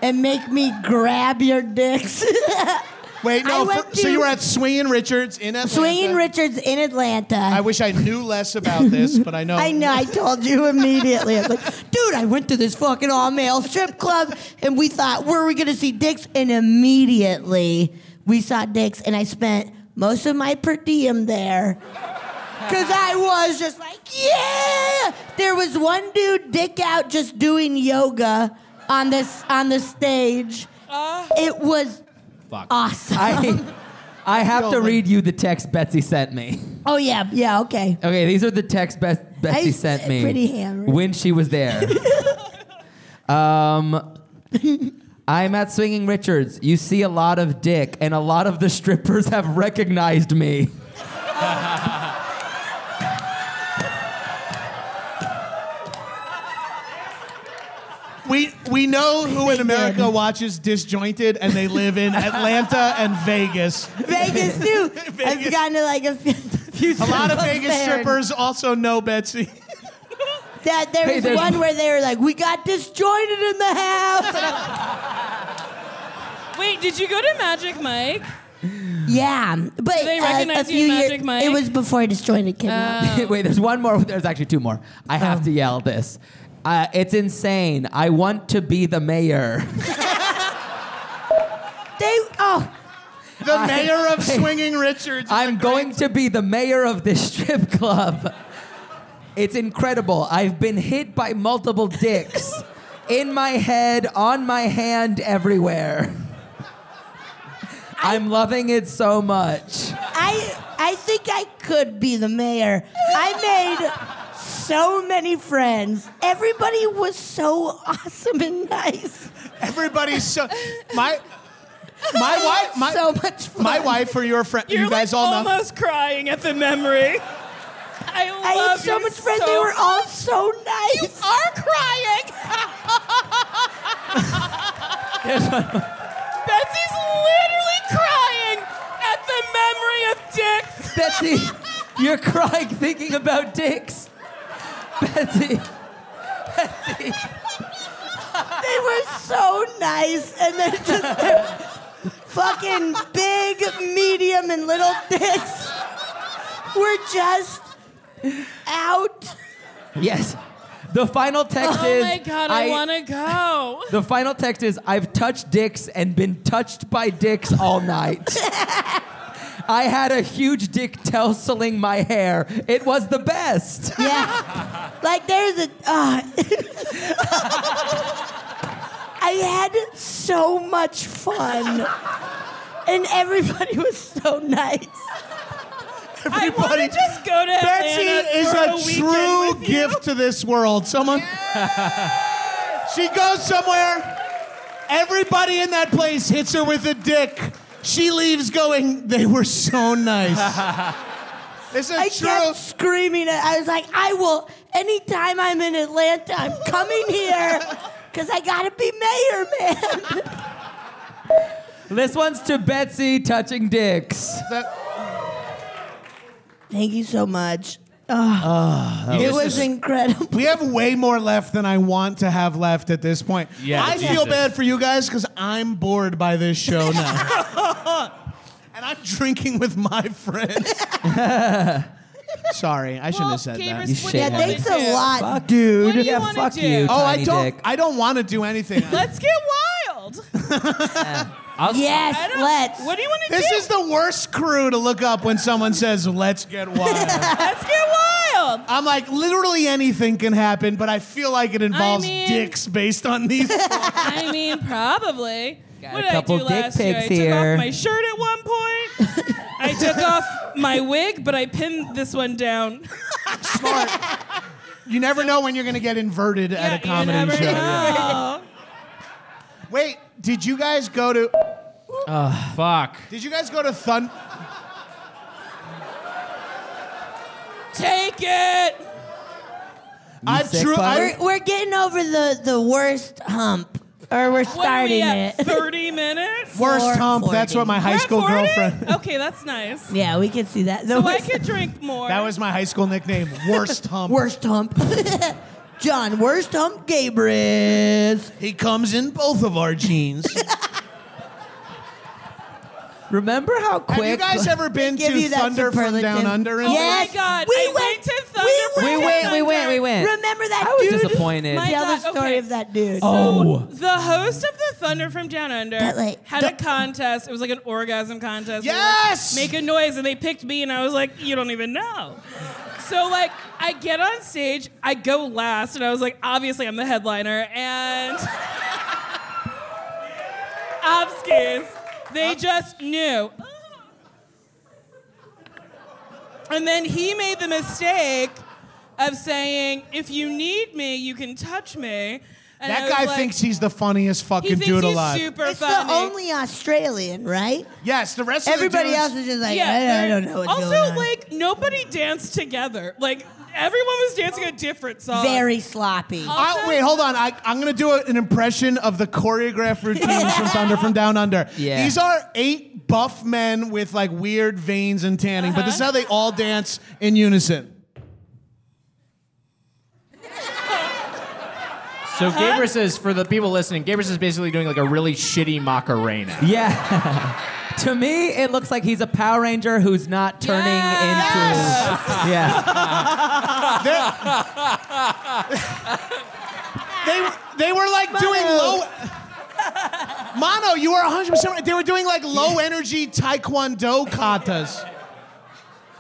[SPEAKER 4] and make me grab your dicks."
[SPEAKER 1] Wait, no.
[SPEAKER 4] I went
[SPEAKER 1] fir- so you
[SPEAKER 4] to-
[SPEAKER 1] were at Swingin' Richards in Atlanta.
[SPEAKER 4] Swinging Richards in Atlanta.
[SPEAKER 1] I wish I knew less about this, but I know.
[SPEAKER 4] I know. I told you immediately. I was like, dude, I went to this fucking all male strip club, and we thought, where are we gonna see dicks? And immediately we saw dicks, and I spent most of my per diem there. Cause I was just like, yeah. There was one dude dick out just doing yoga on this on the stage.
[SPEAKER 1] Uh.
[SPEAKER 4] it was awesome.
[SPEAKER 3] I, I have to read you the text Betsy sent me.
[SPEAKER 4] oh yeah, yeah, okay.
[SPEAKER 3] Okay, these are the texts Beth- Betsy
[SPEAKER 4] I-
[SPEAKER 3] sent me
[SPEAKER 4] pretty hammered.
[SPEAKER 3] when she was there. um, I'm at Swinging Richards. You see a lot of dick, and a lot of the strippers have recognized me.
[SPEAKER 1] We we know who in America watches Disjointed, and they live in Atlanta and Vegas.
[SPEAKER 4] Vegas too. I've gotten to like a few. few
[SPEAKER 1] A lot of
[SPEAKER 4] strip
[SPEAKER 1] Vegas
[SPEAKER 4] clubs there.
[SPEAKER 1] strippers also know Betsy.
[SPEAKER 4] That there
[SPEAKER 3] Hey,
[SPEAKER 4] was
[SPEAKER 3] there's-
[SPEAKER 4] one where they were like, "We got disjointed in the house." And I-
[SPEAKER 2] Wait, did you go to Magic Mike?
[SPEAKER 4] yeah, but
[SPEAKER 2] they
[SPEAKER 4] uh, a
[SPEAKER 2] recognize you
[SPEAKER 4] few
[SPEAKER 2] in
[SPEAKER 4] years.
[SPEAKER 2] Magic Mike?
[SPEAKER 4] It was before disjointed came out.
[SPEAKER 3] Wait, there's one more. There's actually two more. I have
[SPEAKER 2] Oh.
[SPEAKER 3] to yell this. Uh, it's insane. I want to be the mayor.
[SPEAKER 4] They oh,
[SPEAKER 1] The mayor of
[SPEAKER 3] hey.
[SPEAKER 1] Swinging Richards. is a
[SPEAKER 3] I'm
[SPEAKER 1] great-
[SPEAKER 3] going to be the mayor of this strip club. It's incredible. I've been hit by multiple dicks in my head, on my hand, everywhere. I'm loving it so much.
[SPEAKER 4] I I think I could be the mayor. I made so many friends. Everybody was so awesome and nice.
[SPEAKER 1] Everybody's so my my wife my
[SPEAKER 4] so much fun.
[SPEAKER 1] my wife or your friend.
[SPEAKER 2] You're
[SPEAKER 1] you guys
[SPEAKER 2] like
[SPEAKER 4] "Oh
[SPEAKER 1] all know.
[SPEAKER 2] almost crying at the memory. I love
[SPEAKER 4] I had so
[SPEAKER 2] you
[SPEAKER 4] much friends. they were all so nice. You are crying.
[SPEAKER 2] Betsy's literally crying at the memory of dicks.
[SPEAKER 3] Betsy, you're crying thinking about dicks. Betsy,
[SPEAKER 4] They were so nice, and then just their fucking big, medium, and little dicks were just out.
[SPEAKER 3] yes. The final text
[SPEAKER 2] Oh
[SPEAKER 3] is
[SPEAKER 2] my god, I, want to go.
[SPEAKER 3] The final text is I've touched dicks and been touched by dicks all night. I had a huge dick tousling my hair. It was the best.
[SPEAKER 4] Yeah, like there's a. Uh, I had so much fun, and everybody was so nice.
[SPEAKER 2] I want to just go to
[SPEAKER 1] Betsy
[SPEAKER 2] Atlanta
[SPEAKER 1] is
[SPEAKER 2] for
[SPEAKER 1] a,
[SPEAKER 2] weekend
[SPEAKER 1] true
[SPEAKER 2] with you.
[SPEAKER 1] gift to this world. Someone. she goes somewhere. Everybody in that place hits her with a dick. She leaves going, they were so nice. this is
[SPEAKER 4] I
[SPEAKER 1] true.
[SPEAKER 4] kept screaming. it. I was like, I will, anytime I'm in Atlanta, I'm coming here because I got to be mayor, man.
[SPEAKER 3] This one's to Betsy touching dicks.
[SPEAKER 4] Thank you so much. Ugh.
[SPEAKER 1] Oh,
[SPEAKER 4] it was incredible.
[SPEAKER 1] we have way more left than I want to have left at this point.
[SPEAKER 5] Yeah,
[SPEAKER 1] I
[SPEAKER 5] Jesus.
[SPEAKER 1] feel bad for you guys because I'm bored by this show now. and I'm drinking with my friends. Sorry, I shouldn't
[SPEAKER 2] Well,
[SPEAKER 1] have said
[SPEAKER 2] keep
[SPEAKER 1] that.
[SPEAKER 3] You
[SPEAKER 2] responding
[SPEAKER 3] shit
[SPEAKER 4] Yeah,
[SPEAKER 3] Yeah.
[SPEAKER 2] to
[SPEAKER 4] thanks
[SPEAKER 2] it.
[SPEAKER 4] a lot,
[SPEAKER 3] Fuck.
[SPEAKER 4] dude.
[SPEAKER 2] What do you
[SPEAKER 3] yeah,
[SPEAKER 2] wanna
[SPEAKER 3] fuck
[SPEAKER 2] do?
[SPEAKER 3] you.
[SPEAKER 1] Oh, I
[SPEAKER 3] tiny
[SPEAKER 1] don't.
[SPEAKER 3] dick.
[SPEAKER 1] I don't want to do anything.
[SPEAKER 2] Let's get wild. I
[SPEAKER 4] Yes,
[SPEAKER 2] don't-
[SPEAKER 4] let's.
[SPEAKER 2] What do you want to do?
[SPEAKER 1] this is the worst crew to look up when someone says, "Let's get wild."
[SPEAKER 2] Let's get wild.
[SPEAKER 1] I'm like, literally anything can happen, but I feel like it involves
[SPEAKER 2] mean-
[SPEAKER 1] dicks based on these.
[SPEAKER 2] I mean, probably.
[SPEAKER 3] Got
[SPEAKER 2] what
[SPEAKER 3] a
[SPEAKER 2] did
[SPEAKER 3] couple
[SPEAKER 2] I do
[SPEAKER 3] dick
[SPEAKER 2] last year? I
[SPEAKER 3] pics
[SPEAKER 2] took
[SPEAKER 3] here.
[SPEAKER 2] off my shirt at one point. I took off my wig, but I pinned this one down.
[SPEAKER 1] Smart. You never know when you're going to get inverted
[SPEAKER 2] Yeah,
[SPEAKER 1] at a comedy
[SPEAKER 2] you never
[SPEAKER 1] show.
[SPEAKER 2] know.
[SPEAKER 1] Wait, did you guys go to?
[SPEAKER 5] Fuck.
[SPEAKER 1] Did you guys go to Thun?
[SPEAKER 2] Take it.
[SPEAKER 1] I
[SPEAKER 3] sick
[SPEAKER 1] drew.
[SPEAKER 3] fuck?
[SPEAKER 1] I,
[SPEAKER 4] We're, we're getting over the, the worst hump.
[SPEAKER 2] What are
[SPEAKER 4] or we're
[SPEAKER 2] we
[SPEAKER 4] starting
[SPEAKER 2] at?
[SPEAKER 4] it.
[SPEAKER 2] 30 minutes?
[SPEAKER 1] Worst
[SPEAKER 4] Four
[SPEAKER 1] hump.
[SPEAKER 4] forty.
[SPEAKER 1] That's what my high
[SPEAKER 2] We're at
[SPEAKER 1] school
[SPEAKER 2] 40?
[SPEAKER 1] girlfriend.
[SPEAKER 2] Okay, that's nice.
[SPEAKER 4] Yeah, we can see that. The
[SPEAKER 2] So I
[SPEAKER 4] worst,
[SPEAKER 2] could drink more.
[SPEAKER 1] That was my high school nickname. Worst hump.
[SPEAKER 4] worst hump. John, worst hump, Gabrus.
[SPEAKER 1] He comes in both of our jeans.
[SPEAKER 3] Remember how quick
[SPEAKER 1] Have you guys ever been
[SPEAKER 4] Give you
[SPEAKER 1] to
[SPEAKER 4] that
[SPEAKER 1] Thunder from
[SPEAKER 4] superlative.
[SPEAKER 1] Down Under?
[SPEAKER 2] Oh
[SPEAKER 4] Yes,
[SPEAKER 2] my god.
[SPEAKER 4] we
[SPEAKER 2] I
[SPEAKER 4] went-
[SPEAKER 2] went to Thunder
[SPEAKER 4] we
[SPEAKER 2] for
[SPEAKER 3] we went,
[SPEAKER 4] went-
[SPEAKER 3] we
[SPEAKER 2] Thunder.
[SPEAKER 3] went, we went.
[SPEAKER 4] Remember that
[SPEAKER 3] I was
[SPEAKER 4] dude?
[SPEAKER 3] disappointed.
[SPEAKER 2] My
[SPEAKER 4] Tell
[SPEAKER 2] God,
[SPEAKER 4] the story
[SPEAKER 2] okay.
[SPEAKER 4] of that dude.
[SPEAKER 3] oh,
[SPEAKER 2] The host of the Thunder from Down Under
[SPEAKER 4] But, like,
[SPEAKER 2] had
[SPEAKER 4] the-
[SPEAKER 2] a contest. It was like an orgasm contest. They were
[SPEAKER 1] Yes!
[SPEAKER 2] Like, Make a noise, and they picked me, and I was like, "You don't even know." So like, I get on stage, I go last, and I was like, "Obviously, I'm the headliner." And Obskis, they just knew. And then he made the mistake of saying, "If you need me, you can touch me." And I
[SPEAKER 1] That
[SPEAKER 2] was
[SPEAKER 1] guy
[SPEAKER 2] like-
[SPEAKER 1] thinks he's the funniest
[SPEAKER 2] he
[SPEAKER 1] fucking
[SPEAKER 2] thinks
[SPEAKER 1] dude
[SPEAKER 2] he's
[SPEAKER 1] alive.
[SPEAKER 2] super
[SPEAKER 4] it's
[SPEAKER 2] funny.
[SPEAKER 4] the only Australian, right?
[SPEAKER 1] yes, the rest
[SPEAKER 4] Everybody
[SPEAKER 1] of the
[SPEAKER 4] else
[SPEAKER 1] dudes,
[SPEAKER 4] is just like, I, I
[SPEAKER 2] they're-
[SPEAKER 4] don't know what's
[SPEAKER 2] also,
[SPEAKER 4] going on.
[SPEAKER 2] like nobody danced together. Like everyone was dancing a different song.
[SPEAKER 4] Very sloppy.
[SPEAKER 2] Uh,
[SPEAKER 1] I, wait, hold on. I, I'm going to do a- an impression of the choreographed routines from Thunder from Down Under.
[SPEAKER 3] Yeah.
[SPEAKER 1] These are eight buff men with like weird veins and tanning, but this
[SPEAKER 2] Uh-huh.
[SPEAKER 1] is how they all dance in unison.
[SPEAKER 5] So Gabrus is for the people listening. Gabrus is basically doing like a really shitty Macarena.
[SPEAKER 3] yeah. to me, it looks like he's a Power Ranger who's not turning
[SPEAKER 2] Yes!
[SPEAKER 3] into. Yeah.
[SPEAKER 1] They they were like doing low. Mono, you were 100. percent They were doing like low energy taekwondo katas.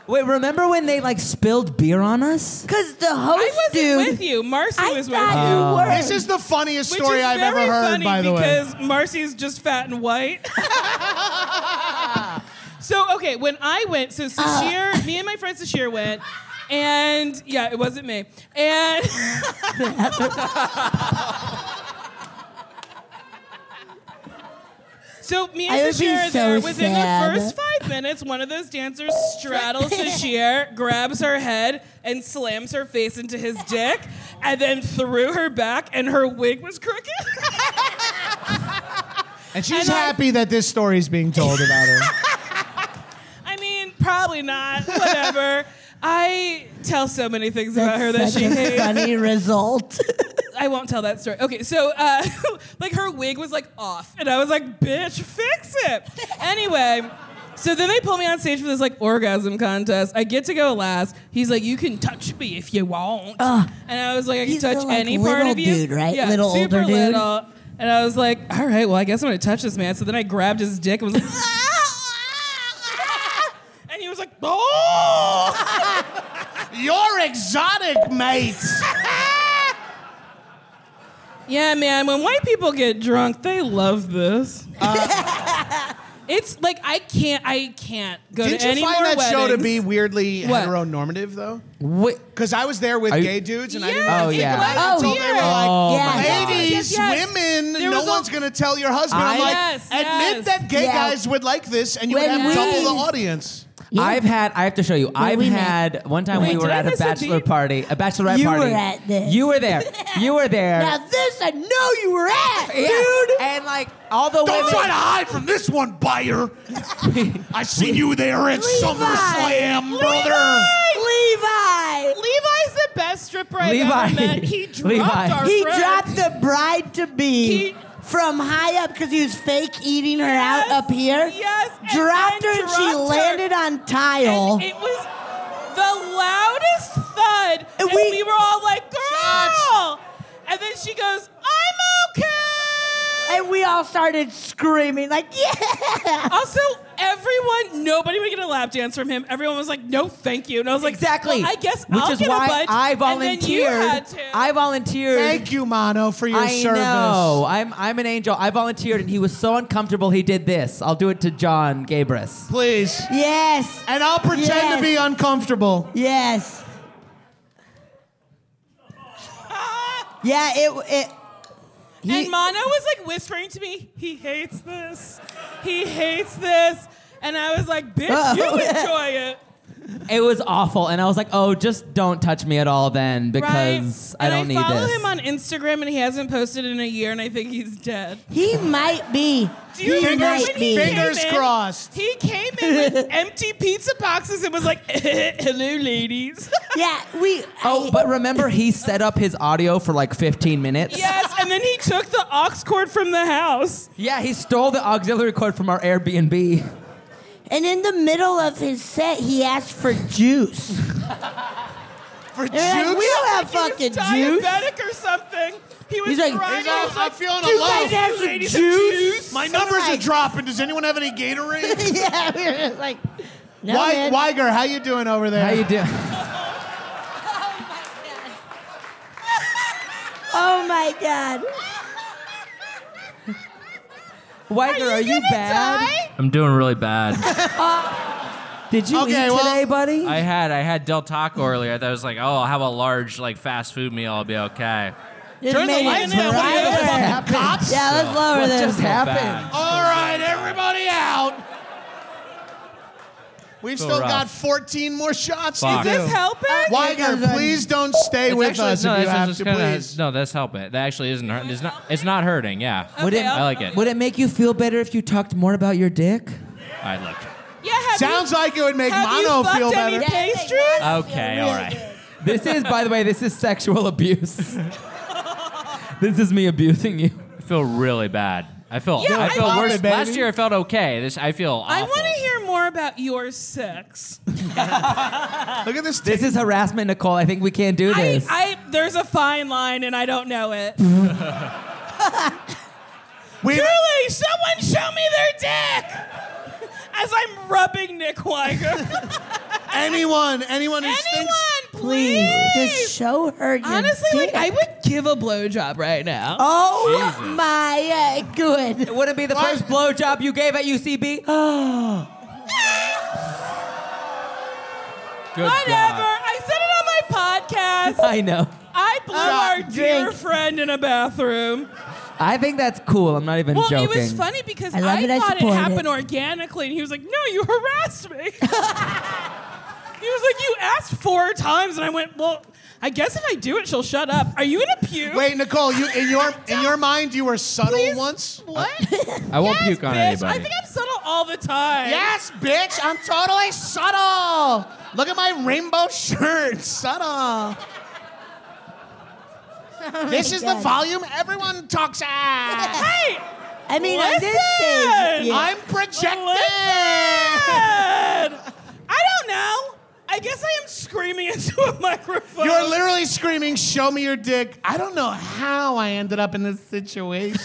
[SPEAKER 3] Wait, remember when they like spilled beer on us?
[SPEAKER 4] Because the host
[SPEAKER 2] I wasn't
[SPEAKER 4] dude.
[SPEAKER 2] with you. Marcy
[SPEAKER 4] I
[SPEAKER 2] was with
[SPEAKER 4] thought
[SPEAKER 2] you.
[SPEAKER 4] you were.
[SPEAKER 1] This is the funniest
[SPEAKER 2] Which
[SPEAKER 1] Uh, story
[SPEAKER 2] is
[SPEAKER 1] I've ever
[SPEAKER 2] very
[SPEAKER 1] heard.
[SPEAKER 2] funny
[SPEAKER 1] By the way,
[SPEAKER 2] because Marcy's just fat and white. so okay, when I went, so Sashir,
[SPEAKER 4] Oh.
[SPEAKER 2] me and my friend Sashir went, and yeah, it wasn't me. And so me and
[SPEAKER 4] I would be
[SPEAKER 2] Sashir are
[SPEAKER 4] so
[SPEAKER 2] there within the
[SPEAKER 4] sad.
[SPEAKER 2] first five minutes. One of those dancers straddles Sashir, grabs her head, and slams her face into his dick, and then threw her back, and her wig was crooked.
[SPEAKER 1] and she's
[SPEAKER 2] and I-
[SPEAKER 1] happy that this story is being told about her.
[SPEAKER 2] I mean, probably not. Whatever. I tell so many things about her that
[SPEAKER 4] That's
[SPEAKER 2] she
[SPEAKER 4] such a
[SPEAKER 2] hates.
[SPEAKER 4] funny result.
[SPEAKER 2] I won't tell that story. Okay, so uh, like her wig was like off, and I was like, "Bitch, fix it." Anyway, so then they pull me on stage for this like orgasm contest. I get to go last. He's like, "You can touch me if you want," and I was like, "I can
[SPEAKER 4] He's the,
[SPEAKER 2] touch
[SPEAKER 4] like,
[SPEAKER 2] any part
[SPEAKER 4] little
[SPEAKER 2] of you."
[SPEAKER 4] dude, right?
[SPEAKER 2] Yeah,
[SPEAKER 4] Little
[SPEAKER 2] super
[SPEAKER 4] older dude?
[SPEAKER 2] little. And I was like, "All right, well, I guess I'm gonna touch this man." So then I grabbed his dick and was like. And he was like,
[SPEAKER 1] oh, you're exotic, mate.
[SPEAKER 2] Yeah, man, when white people get drunk, they love this. it's like I can't I can't go
[SPEAKER 1] Did
[SPEAKER 2] to
[SPEAKER 1] you
[SPEAKER 2] any
[SPEAKER 1] find
[SPEAKER 2] more
[SPEAKER 1] that show to
[SPEAKER 2] weddings.
[SPEAKER 1] be weirdly
[SPEAKER 2] What?
[SPEAKER 1] heteronormative though?
[SPEAKER 3] Wait.
[SPEAKER 1] Because I was there with
[SPEAKER 3] Are you-
[SPEAKER 1] gay dudes, and I
[SPEAKER 2] Yeah,
[SPEAKER 1] didn't
[SPEAKER 3] Oh,
[SPEAKER 2] it's
[SPEAKER 3] yeah.
[SPEAKER 2] like,
[SPEAKER 4] Oh,
[SPEAKER 1] until they were like,
[SPEAKER 3] Oh,
[SPEAKER 4] my God.
[SPEAKER 1] ladies,
[SPEAKER 2] Yes, yes.
[SPEAKER 1] women,
[SPEAKER 2] There
[SPEAKER 1] no
[SPEAKER 2] was a-
[SPEAKER 1] one's going to tell your husband. I, am
[SPEAKER 3] I-
[SPEAKER 1] like,
[SPEAKER 2] Yes,
[SPEAKER 1] admit
[SPEAKER 2] yes.
[SPEAKER 1] that gay
[SPEAKER 4] Yeah.
[SPEAKER 1] guys would like this, and you
[SPEAKER 4] When
[SPEAKER 1] would have
[SPEAKER 4] we-
[SPEAKER 1] double the audience.
[SPEAKER 3] I've had. I have to show you. I've
[SPEAKER 4] we met.
[SPEAKER 3] had one time
[SPEAKER 2] Wait,
[SPEAKER 3] we were
[SPEAKER 2] did I
[SPEAKER 3] at a
[SPEAKER 2] miss a
[SPEAKER 3] bachelor
[SPEAKER 2] beat?
[SPEAKER 3] party. A bachelorette
[SPEAKER 4] You
[SPEAKER 3] party.
[SPEAKER 4] were at this.
[SPEAKER 3] You were there. You were there.
[SPEAKER 4] now this I know you were at,
[SPEAKER 3] Yeah.
[SPEAKER 4] dude.
[SPEAKER 3] And like all the women.
[SPEAKER 1] hide from this one, buyer. I seen you there at
[SPEAKER 4] SummerSlam,
[SPEAKER 1] brother.
[SPEAKER 4] Levi.
[SPEAKER 2] Levi's the best stripper I've
[SPEAKER 3] Levi.
[SPEAKER 2] ever met. He dropped
[SPEAKER 3] Levi.
[SPEAKER 2] our
[SPEAKER 4] He
[SPEAKER 2] friend.
[SPEAKER 4] dropped the bride to be
[SPEAKER 2] He-
[SPEAKER 4] from high up because he was fake eating her
[SPEAKER 2] Yes,
[SPEAKER 4] out up here.
[SPEAKER 2] yes, and
[SPEAKER 4] Dropped
[SPEAKER 2] then
[SPEAKER 4] her and she
[SPEAKER 2] dropped her.
[SPEAKER 4] landed on tile.
[SPEAKER 2] and it was the loudest thud,
[SPEAKER 4] And
[SPEAKER 2] and
[SPEAKER 4] we-
[SPEAKER 2] we, were all like, "Girl!" And then she goes, "I'm okay."
[SPEAKER 4] and we all started screaming like, "Yeah!"
[SPEAKER 2] Also, everyone, nobody would get a lap dance from him. Everyone was like, "No, thank you." And I was like,
[SPEAKER 3] Exactly.
[SPEAKER 2] well, I guess
[SPEAKER 3] Which
[SPEAKER 2] I'll
[SPEAKER 3] is
[SPEAKER 2] get
[SPEAKER 3] why
[SPEAKER 2] a bunch."
[SPEAKER 3] I
[SPEAKER 2] And then you
[SPEAKER 3] volunteered.
[SPEAKER 2] had to.
[SPEAKER 3] I volunteered.
[SPEAKER 1] Thank you, Mono, for your
[SPEAKER 3] I
[SPEAKER 1] service.
[SPEAKER 3] know. I'm I'm an angel. I volunteered, and he was so uncomfortable. He did this. I'll do it to John Gabris.
[SPEAKER 1] Please.
[SPEAKER 4] Yes,
[SPEAKER 1] And I'll pretend to
[SPEAKER 4] Yes.
[SPEAKER 1] be uncomfortable.
[SPEAKER 4] yes, yeah. It it. He-
[SPEAKER 2] and Mono was like whispering to me, "He hates this. He hates this." And I was like, "Bitch, you
[SPEAKER 4] Oh.
[SPEAKER 2] enjoy it."
[SPEAKER 3] It was awful, and I was like, "Oh, just don't touch me at all, then, because
[SPEAKER 2] right?
[SPEAKER 3] I don't
[SPEAKER 2] and
[SPEAKER 3] need
[SPEAKER 2] I follow
[SPEAKER 3] this."
[SPEAKER 2] him on Instagram, and he hasn't posted in a year, and I think he's dead.
[SPEAKER 4] He might be.
[SPEAKER 2] Do you
[SPEAKER 4] he
[SPEAKER 2] remember
[SPEAKER 4] might
[SPEAKER 2] when
[SPEAKER 4] be.
[SPEAKER 2] he came
[SPEAKER 1] Fingers
[SPEAKER 2] in?
[SPEAKER 1] crossed.
[SPEAKER 2] He came in with empty pizza boxes and was like, "Hello, ladies."
[SPEAKER 4] Yeah, we.
[SPEAKER 3] oh,
[SPEAKER 4] I-
[SPEAKER 3] but remember, he set up his audio for like 15 minutes.
[SPEAKER 2] yes, and then he took the aux cord from the house.
[SPEAKER 3] Yeah, he stole the auxiliary cord from our Airbnb.
[SPEAKER 4] and in the middle of his set, he asked for juice.
[SPEAKER 1] For
[SPEAKER 4] They're like,
[SPEAKER 1] juice?
[SPEAKER 4] we don't have
[SPEAKER 2] He was
[SPEAKER 4] fucking juice.
[SPEAKER 2] diabetic or something. He was
[SPEAKER 4] He's like,
[SPEAKER 2] crying.
[SPEAKER 1] He's like, I'm feeling
[SPEAKER 4] Do you guys
[SPEAKER 1] alone.
[SPEAKER 4] have some
[SPEAKER 2] Ladies and
[SPEAKER 4] juice?
[SPEAKER 1] My numbers are
[SPEAKER 4] Like-
[SPEAKER 1] dropping. Does anyone have any Gatorade?
[SPEAKER 4] yeah, we were just like, no,
[SPEAKER 1] Wei-
[SPEAKER 4] man.
[SPEAKER 1] Weiger, how you doing over there?
[SPEAKER 3] How you doing?
[SPEAKER 4] Oh my god.
[SPEAKER 3] Weiger, are you, bad?
[SPEAKER 5] I'm doing really bad.
[SPEAKER 3] Did you
[SPEAKER 1] Okay,
[SPEAKER 3] eat
[SPEAKER 1] well,
[SPEAKER 3] today, buddy?
[SPEAKER 5] I had I had Del Taco earlier. I was like, oh, I'll have a large like fast food meal. I'll be okay.
[SPEAKER 4] This
[SPEAKER 1] Turn the
[SPEAKER 4] made it
[SPEAKER 1] lights down. What are you, the
[SPEAKER 4] brighter.
[SPEAKER 1] fucking cops?
[SPEAKER 4] Yeah, let's lower
[SPEAKER 3] what
[SPEAKER 4] this.
[SPEAKER 3] just happened?
[SPEAKER 5] bad.
[SPEAKER 1] All right, everybody out. We've
[SPEAKER 5] So
[SPEAKER 1] still
[SPEAKER 5] rough.
[SPEAKER 1] got 14 more shots
[SPEAKER 5] Fuck.
[SPEAKER 1] to
[SPEAKER 5] Is
[SPEAKER 1] do.
[SPEAKER 2] This
[SPEAKER 1] Uh,
[SPEAKER 2] helping?
[SPEAKER 1] Weiger, please don't stay
[SPEAKER 5] It's
[SPEAKER 1] with
[SPEAKER 5] actually-
[SPEAKER 1] us
[SPEAKER 5] no,
[SPEAKER 1] if you
[SPEAKER 5] that's-
[SPEAKER 1] have
[SPEAKER 5] that's
[SPEAKER 1] to,
[SPEAKER 5] kinda-
[SPEAKER 1] please.
[SPEAKER 5] No, that's helping. That actually isn't hurting. It's not. It's not hurting. Yeah.
[SPEAKER 3] Would it,
[SPEAKER 5] I like it.
[SPEAKER 3] Would it make you feel better if you talked more about your dick?
[SPEAKER 5] I look.
[SPEAKER 2] Yeah. Have
[SPEAKER 1] Sounds
[SPEAKER 2] you,
[SPEAKER 1] like it would make
[SPEAKER 2] have you
[SPEAKER 1] Mono
[SPEAKER 2] fucked
[SPEAKER 1] feel
[SPEAKER 2] any
[SPEAKER 1] better.
[SPEAKER 2] pastries?
[SPEAKER 5] Okay. all right.
[SPEAKER 3] This is, by the way, this is sexual abuse. this is me abusing you.
[SPEAKER 5] I feel really bad. I feel.
[SPEAKER 2] Yeah,
[SPEAKER 5] I
[SPEAKER 2] I
[SPEAKER 5] feel
[SPEAKER 2] love
[SPEAKER 5] worse.
[SPEAKER 2] it, baby.
[SPEAKER 5] Last year I felt okay. This I feel. Awful.
[SPEAKER 2] I want to hear more about your sex.
[SPEAKER 1] Look at this.
[SPEAKER 3] This is harassment, Nicole. I think we can't do
[SPEAKER 2] I,
[SPEAKER 3] this.
[SPEAKER 2] I, there's a fine line, and I don't know it.
[SPEAKER 1] we,
[SPEAKER 2] Julie, someone show me their dick! As I'm rubbing Nick Weiger.
[SPEAKER 1] anyone, anyone who
[SPEAKER 2] Anyone,
[SPEAKER 1] thinks
[SPEAKER 2] please.
[SPEAKER 4] Please, just show her your
[SPEAKER 2] Honestly, like,
[SPEAKER 4] dick.
[SPEAKER 2] I would give a blowjob right now.
[SPEAKER 4] Oh my uh, good.
[SPEAKER 3] it wouldn't be the first blowjob you gave at UCB.
[SPEAKER 5] Good
[SPEAKER 2] Whatever.
[SPEAKER 5] God.
[SPEAKER 2] I said it on my podcast.
[SPEAKER 3] I know.
[SPEAKER 2] I blew
[SPEAKER 1] Shot
[SPEAKER 2] our dear
[SPEAKER 1] dick.
[SPEAKER 2] friend in a bathroom.
[SPEAKER 3] I think that's cool. I'm not even
[SPEAKER 2] Well,
[SPEAKER 3] joking.
[SPEAKER 2] it was funny because
[SPEAKER 4] I
[SPEAKER 2] I,
[SPEAKER 4] love it, I
[SPEAKER 2] thought it
[SPEAKER 4] support
[SPEAKER 2] happened
[SPEAKER 4] it.
[SPEAKER 2] organically, and he was like, "No, you harassed me." he was like, "You asked four times," and I went, "Well, I guess if I do it, she'll shut up." Are you in a puke?
[SPEAKER 1] Wait, Nicole, you in your in your mind you were subtle
[SPEAKER 2] Please?
[SPEAKER 1] once?
[SPEAKER 2] what?
[SPEAKER 5] I won't
[SPEAKER 2] yes,
[SPEAKER 5] puke on
[SPEAKER 2] bitch. I
[SPEAKER 5] anybody.
[SPEAKER 2] think I'm subtle all the time.
[SPEAKER 1] Yes, bitch, I'm totally subtle. Look at my rainbow shirt. Subtle. this is the
[SPEAKER 4] God.
[SPEAKER 1] volume everyone talks at.
[SPEAKER 2] Hey,
[SPEAKER 4] I mean, on this
[SPEAKER 2] Listen!
[SPEAKER 4] thing, yeah.
[SPEAKER 1] I'm projecting.
[SPEAKER 2] listen. I don't know. I guess I am screaming into a microphone.
[SPEAKER 1] You're literally screaming, show me your dick. I don't know how I ended up in this situation.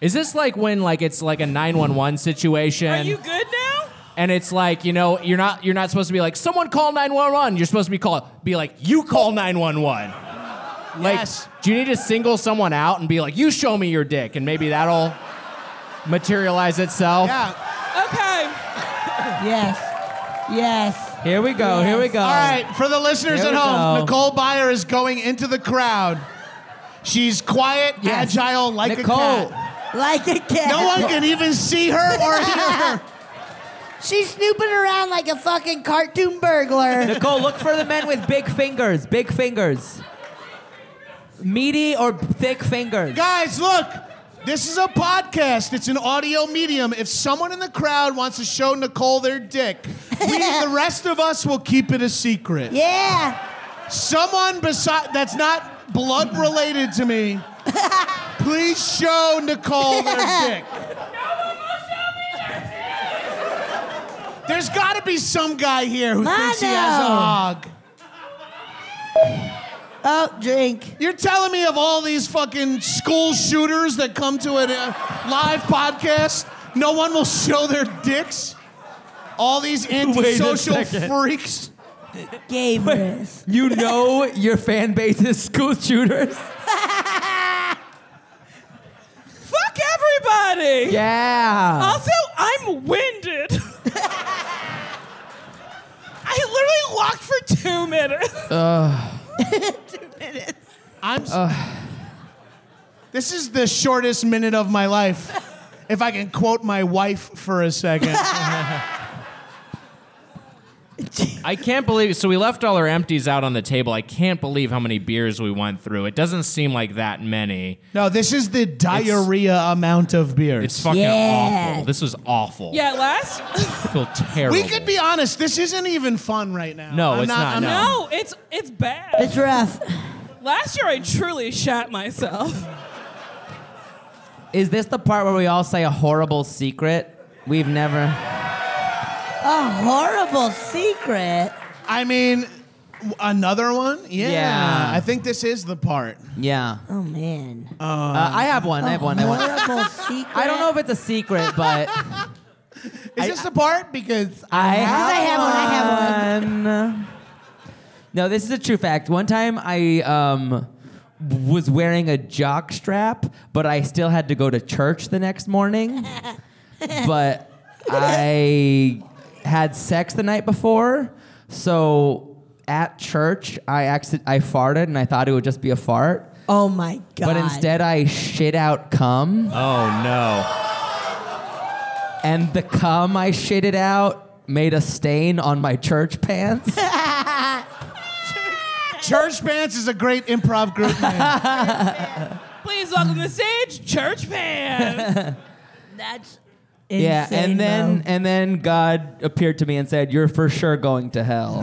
[SPEAKER 5] Is this like when like it's like a 911 situation
[SPEAKER 2] Are you good now?
[SPEAKER 5] and it's like, you know, you're not you're not supposed to be like someone call 911. You're supposed to be call be like you call 911. Like
[SPEAKER 1] Yes.
[SPEAKER 5] do you need to single someone out and be like you show me your dick and maybe that'll materialize itself?
[SPEAKER 1] yeah.
[SPEAKER 2] Okay.
[SPEAKER 4] yes, yes.
[SPEAKER 3] Here we go. Here we go.
[SPEAKER 1] All right, for the listeners
[SPEAKER 3] Here
[SPEAKER 1] at
[SPEAKER 3] we
[SPEAKER 1] home,
[SPEAKER 3] go.
[SPEAKER 1] Nicole Byer is going into the crowd. She's quiet,
[SPEAKER 3] Yes.
[SPEAKER 1] agile, like
[SPEAKER 3] Nicole.
[SPEAKER 1] a cat.
[SPEAKER 4] Like a cat.
[SPEAKER 1] No one can even see her or hear her.
[SPEAKER 4] She's snooping around like a fucking cartoon burglar.
[SPEAKER 3] Nicole, look for the men with big fingers. Big fingers. Meaty or thick fingers.
[SPEAKER 1] Guys, look. This is a podcast. It's an audio medium. If someone in the crowd wants to show Nicole their dick, we, the rest of us will keep it a secret.
[SPEAKER 4] yeah.
[SPEAKER 1] Someone beside that's not blood related to me, please show Nicole their dick. There's got to be some guy here who thinks he has a
[SPEAKER 4] Mono.
[SPEAKER 1] hog.
[SPEAKER 4] Oh, drink.
[SPEAKER 1] You're telling me of all these fucking school shooters that come to a uh, live podcast, no one will show their dicks? All these antisocial freaks?
[SPEAKER 4] Gabrus.
[SPEAKER 3] You know your fan base is school shooters.
[SPEAKER 2] Fuck everybody!
[SPEAKER 3] Yeah.
[SPEAKER 2] Also, I'm winded. I literally walked for two minutes.
[SPEAKER 3] Uh,
[SPEAKER 1] I'm. s This is the shortest minute of my life. If I can quote my wife for a second.
[SPEAKER 5] I can't believe. So we left all our empties out on the table. I can't believe how many beers we went through. It doesn't seem like that many.
[SPEAKER 1] No, this is the diarrhea amount of beers.
[SPEAKER 5] It's fucking
[SPEAKER 4] Yeah.
[SPEAKER 5] awful. This was awful.
[SPEAKER 2] Yeah, last.
[SPEAKER 5] I feel terrible.
[SPEAKER 1] we could be honest. This isn't even fun right now.
[SPEAKER 5] No,
[SPEAKER 1] I'm
[SPEAKER 5] it's not,
[SPEAKER 1] I'm
[SPEAKER 5] no.
[SPEAKER 2] No, it's it's bad.
[SPEAKER 4] It's rough.
[SPEAKER 2] Last year I truly shat myself.
[SPEAKER 3] Is this the part where we all say a horrible secret? We've never.
[SPEAKER 4] A horrible secret.
[SPEAKER 1] I mean, w- another one. Yeah,
[SPEAKER 3] Yeah.
[SPEAKER 1] I think this is the part.
[SPEAKER 3] Yeah.
[SPEAKER 4] Oh man.
[SPEAKER 3] Uh, I have one. I have one. I have one.
[SPEAKER 4] horrible secret.
[SPEAKER 3] I don't know if it's a secret, but
[SPEAKER 1] Is this the part? Because
[SPEAKER 3] I have,
[SPEAKER 4] I have one, I have
[SPEAKER 3] one. I have one. No, this is a true fact. One time I um, was wearing a jock strap, but I still had to go to church the next morning. but I had sex the night before, so at church I acci- I farted and I thought it would just be a fart,
[SPEAKER 4] Oh my god.
[SPEAKER 3] but instead I shit out cum.
[SPEAKER 5] Oh no.
[SPEAKER 3] and the cum I shitted out made a stain on my church pants.
[SPEAKER 1] Church Pants is a great improv group name.
[SPEAKER 2] Please welcome to the stage, Church Pants.
[SPEAKER 4] that's insane,
[SPEAKER 3] yeah, and then
[SPEAKER 4] Mo.
[SPEAKER 3] and then God appeared to me and said, "You're for sure going to hell."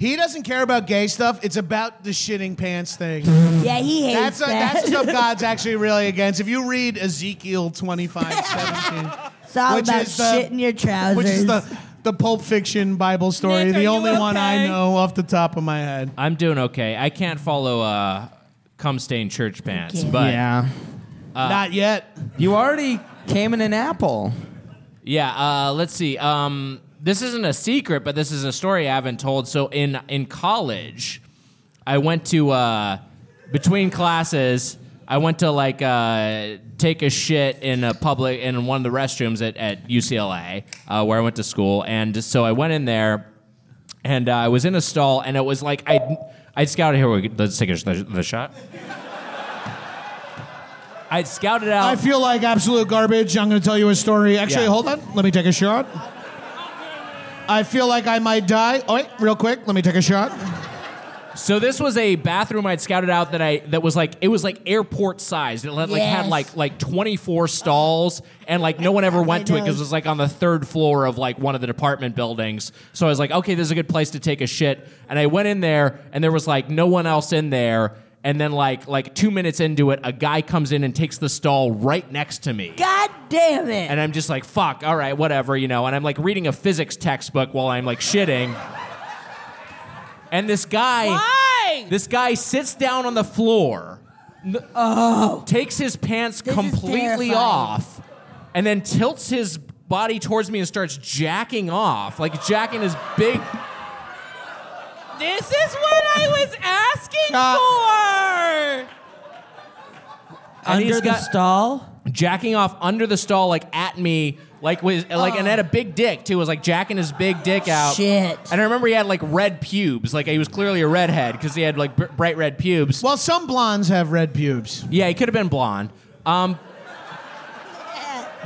[SPEAKER 1] he doesn't care about gay stuff. It's about the shitting pants thing.
[SPEAKER 4] yeah, he hates
[SPEAKER 1] That's, a,
[SPEAKER 4] that.
[SPEAKER 1] that's the stuff God's actually really against. If you read Ezekiel 25, 17,
[SPEAKER 4] it's all
[SPEAKER 1] which
[SPEAKER 4] about
[SPEAKER 1] is the-
[SPEAKER 4] shit in your trousers.
[SPEAKER 1] which is the, the Pulp Fiction Bible story,
[SPEAKER 2] Nick, are
[SPEAKER 1] the
[SPEAKER 2] you
[SPEAKER 1] only one I
[SPEAKER 2] okay?
[SPEAKER 1] know off the top of my head.
[SPEAKER 5] I'm doing okay. I can't follow uh, cum stained church pants,
[SPEAKER 4] Okay.
[SPEAKER 5] but
[SPEAKER 3] yeah,
[SPEAKER 1] Not yet.
[SPEAKER 2] oh.
[SPEAKER 3] you already came in an apple.
[SPEAKER 5] Yeah, uh, let's see. Um, this isn't a secret, but this is a story I haven't told. So in in college, I went to uh, between classes. I went to like uh, take a shit in a public in one of the restrooms at, at UCLA uh, where I went to school, and so I went in there, and uh, I was in a stall, and it was like I I scouted here. we- Let's take a, the, the shot. I scouted out.
[SPEAKER 1] I feel like absolute garbage. I'm going to tell you a story. Actually,
[SPEAKER 5] Yeah.
[SPEAKER 1] hold on. Let me take a shot. I feel like I might die. Oh, wait, real quick. Let me take a shot.
[SPEAKER 5] So this was a bathroom I'd scouted out that I that was like it was like airport sized. It had, like had
[SPEAKER 4] Yes.
[SPEAKER 5] like like 24 stalls and like no one ever went to it because it was like on the third floor of like one of the department buildings. So I was like, okay, this is a good place to take a shit. And I went in there and there was like no one else in there. And then like like two minutes into it, a guy comes in and takes the stall right next to me.
[SPEAKER 4] God damn it.
[SPEAKER 5] And I'm just like, fuck, all right, whatever, you know. And I'm like reading a physics textbook while I'm like shitting. And this guy.
[SPEAKER 2] Why?
[SPEAKER 5] This guy sits down on the floor, n- takes his pants
[SPEAKER 4] is
[SPEAKER 5] completely
[SPEAKER 4] terrifying.
[SPEAKER 5] off, and then tilts his body towards me and starts jacking off, like jacking his big.
[SPEAKER 2] This is what I was
[SPEAKER 3] Uh,
[SPEAKER 2] asking for.
[SPEAKER 5] and he's
[SPEAKER 3] Under the
[SPEAKER 5] got-
[SPEAKER 3] stall.
[SPEAKER 5] jacking off under the stall, like at me, like was like and had a big dick too. Was like jacking his big dick out.
[SPEAKER 4] Shit.
[SPEAKER 5] And I remember he had like red pubes. Like he was clearly a redhead because he had like br- bright red pubes.
[SPEAKER 1] Well, some blondes have red pubes.
[SPEAKER 5] Yeah, he could have been blonde. Um,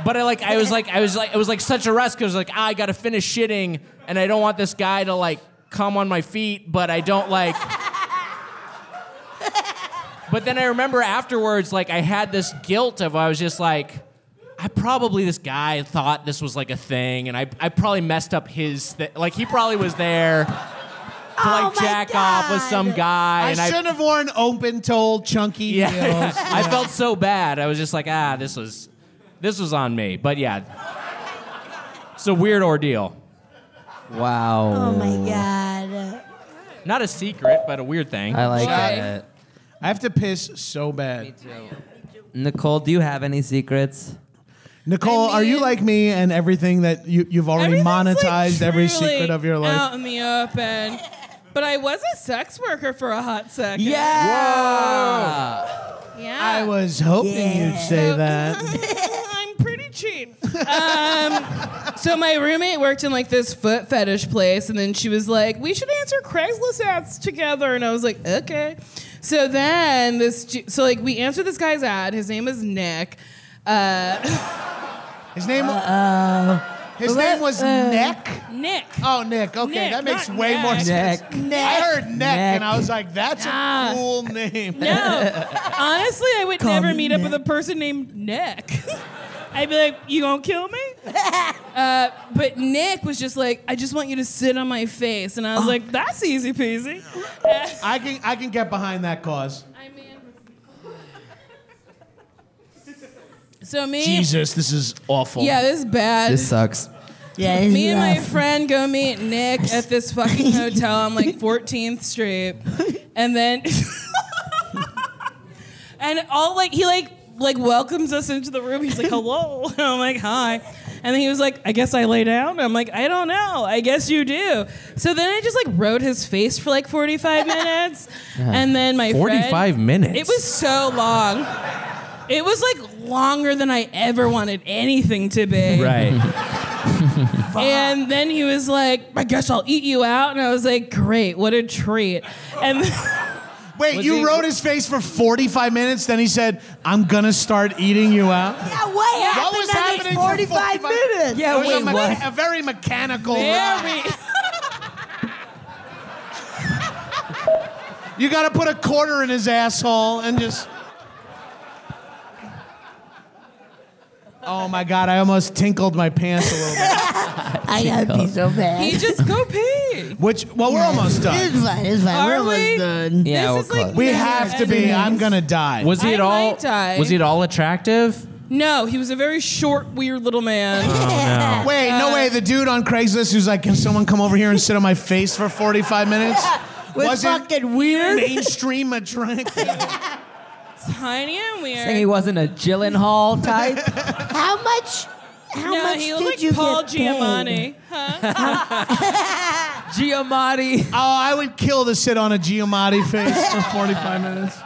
[SPEAKER 5] but I like I was like I was like it was like such a rush because like ah, I gotta finish shitting and I don't want this guy to like come on my feet, but I don't like. but then I remember afterwards, like I had this guilt of I was just like. I probably this guy thought this was like a thing, and I, I probably messed up his thi- like he probably was there to like
[SPEAKER 4] Oh my
[SPEAKER 5] jack off with
[SPEAKER 4] God.
[SPEAKER 5] some guy,
[SPEAKER 1] I
[SPEAKER 5] and I
[SPEAKER 1] should have worn open-toed, chunky heels.
[SPEAKER 5] I felt so bad. I was just like, ah, this was, this was on me. But yeah, it's a weird ordeal.
[SPEAKER 4] oh
[SPEAKER 3] Wow.
[SPEAKER 4] my god.
[SPEAKER 5] Not a secret, but a weird thing.
[SPEAKER 3] I like
[SPEAKER 2] Why?
[SPEAKER 3] it.
[SPEAKER 1] I have to piss so bad.
[SPEAKER 3] Nicole, do you have any secrets?
[SPEAKER 1] Nicole,
[SPEAKER 2] I
[SPEAKER 1] are you
[SPEAKER 2] mean-
[SPEAKER 1] like me and everything that you, you've already
[SPEAKER 2] Everything's, like,
[SPEAKER 1] monetized every
[SPEAKER 2] truly uh,
[SPEAKER 1] secret of your life?
[SPEAKER 2] Out in the open. But I was a sex worker for a hot second.
[SPEAKER 3] Yeah.
[SPEAKER 2] Yeah.
[SPEAKER 1] I was hoping you'd say
[SPEAKER 2] So-
[SPEAKER 1] that.
[SPEAKER 2] I'm pretty cheap. Um, so my roommate worked in like this foot fetish place, and then she was like, "We should answer Craigslist ads together," and I was like, "Okay." So then this, ju- so like we answered this guy's ad. His name is Nick. Uh,
[SPEAKER 1] His name, His
[SPEAKER 4] Let-
[SPEAKER 1] name was
[SPEAKER 4] uh,
[SPEAKER 1] Neck.
[SPEAKER 2] Nick.
[SPEAKER 1] Oh, Nick. Okay,
[SPEAKER 2] Nick,
[SPEAKER 1] that makes
[SPEAKER 2] not
[SPEAKER 1] way more
[SPEAKER 2] Neck.
[SPEAKER 1] sense. I
[SPEAKER 3] Neck.
[SPEAKER 1] heard Neck, and
[SPEAKER 3] Neck.
[SPEAKER 1] I was like, that's
[SPEAKER 2] Nah.
[SPEAKER 1] a cool name.
[SPEAKER 2] No, honestly, I would
[SPEAKER 4] Call
[SPEAKER 2] never
[SPEAKER 4] me
[SPEAKER 2] meet up with a person named Nick. I'd be like, "You gonna kill me?" uh, but Nick was just like, "I just want you to sit on my face," and I was like, "That's easy peasy."
[SPEAKER 1] I can I can get behind that cause.
[SPEAKER 2] I mean, so me,
[SPEAKER 1] Jesus, this is awful.
[SPEAKER 2] yeah, this is bad.
[SPEAKER 3] This sucks.
[SPEAKER 4] Yeah, it's
[SPEAKER 2] me and my
[SPEAKER 4] rough.
[SPEAKER 2] friend go meet Nick at this fucking hotel on like 14th Street, and then and all like he like like welcomes us into the room. He's like, "Hello," and I'm like, "Hi," and then he was like, "I guess I lay down." I'm like, "I don't know. I guess you do." So then I just like rode his face for like 45 minutes, and then my friend-
[SPEAKER 5] 45 minutes?
[SPEAKER 2] It was so long. It was like longer than I ever wanted anything to be.
[SPEAKER 5] Right.
[SPEAKER 2] And then he was like, I guess I'll eat you out. And I was like, great, what a treat. And
[SPEAKER 1] Wait, you
[SPEAKER 5] he-
[SPEAKER 1] wrote his face for 45 minutes, then he said, I'm gonna start eating you out.
[SPEAKER 4] Yeah, what happened
[SPEAKER 1] was
[SPEAKER 4] in these
[SPEAKER 1] happening for
[SPEAKER 4] 45,
[SPEAKER 1] 45
[SPEAKER 4] minutes?
[SPEAKER 3] Yeah,
[SPEAKER 1] It was
[SPEAKER 3] wait,
[SPEAKER 1] a, mecha-
[SPEAKER 3] what?
[SPEAKER 1] a very mechanical.
[SPEAKER 2] there
[SPEAKER 1] ride.
[SPEAKER 2] we
[SPEAKER 1] You gotta put a quarter in his asshole and just. Oh my god, I almost tinkled my pants a little bit.
[SPEAKER 4] I gotta be so bad.
[SPEAKER 2] He just go pee.
[SPEAKER 1] Which, well, we're almost done.
[SPEAKER 4] It's fine, it's fine.
[SPEAKER 2] Are
[SPEAKER 4] We're almost
[SPEAKER 2] we?
[SPEAKER 4] done.
[SPEAKER 3] Yeah, we're
[SPEAKER 2] this is like
[SPEAKER 3] close.
[SPEAKER 1] We
[SPEAKER 2] never
[SPEAKER 1] have to be.
[SPEAKER 2] ending.
[SPEAKER 1] I'm gonna die.
[SPEAKER 5] Was he
[SPEAKER 2] I
[SPEAKER 5] at all?
[SPEAKER 2] might die.
[SPEAKER 5] Was he at all attractive?
[SPEAKER 2] No, he was a very short, weird little man.
[SPEAKER 4] Uh-huh.
[SPEAKER 3] Oh,
[SPEAKER 1] Wait, no way. The dude on Craigslist who's like, can someone come over here and sit on my face for 45 minutes?
[SPEAKER 4] Was
[SPEAKER 1] Wasn't
[SPEAKER 4] fucking weird.
[SPEAKER 1] mainstream attractive.
[SPEAKER 2] Tiny and weird.
[SPEAKER 3] Saying he wasn't a Gyllenhaal type.
[SPEAKER 4] How much? How
[SPEAKER 2] no,
[SPEAKER 4] much
[SPEAKER 2] he
[SPEAKER 4] did
[SPEAKER 2] looked like
[SPEAKER 4] you
[SPEAKER 2] Paul
[SPEAKER 4] get paid?
[SPEAKER 2] Giamatti.
[SPEAKER 3] Giamatti.
[SPEAKER 1] Oh, I would kill to sit on a Giamatti face for 45 minutes.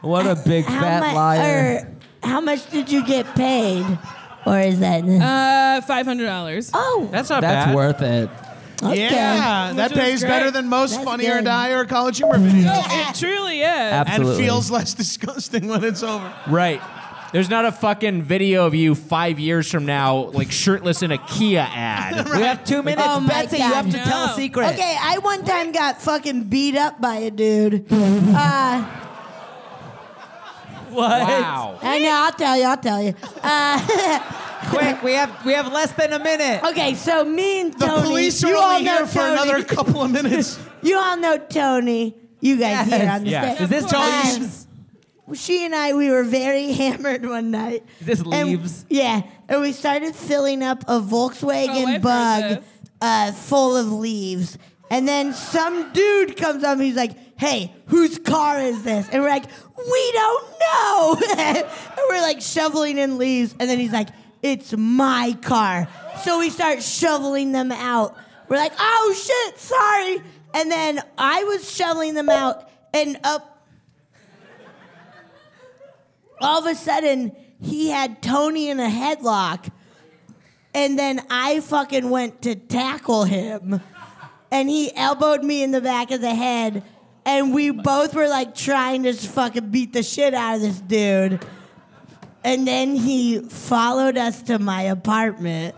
[SPEAKER 3] What a big
[SPEAKER 4] How
[SPEAKER 3] fat
[SPEAKER 4] mu-
[SPEAKER 3] liar.
[SPEAKER 4] Or how much did you get paid? Or is that?
[SPEAKER 2] Uh, five hundred dollars.
[SPEAKER 4] oh,
[SPEAKER 5] That's not
[SPEAKER 3] That's
[SPEAKER 5] bad.
[SPEAKER 3] worth it.
[SPEAKER 4] okay.
[SPEAKER 1] Yeah, Uh, that
[SPEAKER 2] Which was
[SPEAKER 1] pays
[SPEAKER 2] great.
[SPEAKER 1] better than most
[SPEAKER 4] That's
[SPEAKER 1] funnier
[SPEAKER 4] good.
[SPEAKER 1] and dire college humor videos.
[SPEAKER 2] It truly is.
[SPEAKER 1] And
[SPEAKER 3] Absolutely.
[SPEAKER 1] feels less disgusting when it's over.
[SPEAKER 5] Right. There's not a fucking video of you five years from now, like shirtless in a Kia ad.
[SPEAKER 3] we have two minutes.
[SPEAKER 4] Oh my
[SPEAKER 3] Betsy, you have to
[SPEAKER 2] God,
[SPEAKER 3] tell
[SPEAKER 2] no.
[SPEAKER 3] a secret.
[SPEAKER 4] Okay, I one time got fucking beat up by a dude. Uh,
[SPEAKER 3] What?
[SPEAKER 5] Wow.
[SPEAKER 4] I know. I'll tell you. I'll tell you. Uh,
[SPEAKER 3] Quick, we have we have less than a minute.
[SPEAKER 4] okay, so me and
[SPEAKER 1] The
[SPEAKER 4] Tony.
[SPEAKER 1] police are
[SPEAKER 4] you all
[SPEAKER 1] only
[SPEAKER 4] know
[SPEAKER 1] here for
[SPEAKER 4] Tony.
[SPEAKER 1] another couple of minutes.
[SPEAKER 4] You all know Tony. You guys
[SPEAKER 3] Yes.
[SPEAKER 4] here on the
[SPEAKER 5] Yes.
[SPEAKER 4] stage.
[SPEAKER 3] Is this
[SPEAKER 4] Uh,
[SPEAKER 3] Tony's?
[SPEAKER 4] she and I, we were very hammered one night.
[SPEAKER 3] Is this
[SPEAKER 4] And-
[SPEAKER 3] leaves?
[SPEAKER 4] yeah, and we started filling up a
[SPEAKER 2] Oh, I've
[SPEAKER 4] Volkswagen
[SPEAKER 2] heard
[SPEAKER 4] Bug
[SPEAKER 2] this.
[SPEAKER 4] uh, full of leaves. And then some dude comes up and he's like, hey, whose car is this? And we're like, we don't know. and we're like shoveling in leaves. And then he's like, it's my car. So we start shoveling them out. We're like, oh shit, sorry. And then I was shoveling them out, and up all of a sudden he had Tony in a headlock, and then I fucking went to tackle him, and he elbowed me in the back of the head, and we both were like trying to fucking beat the shit out of this dude. And then he followed us to my apartment,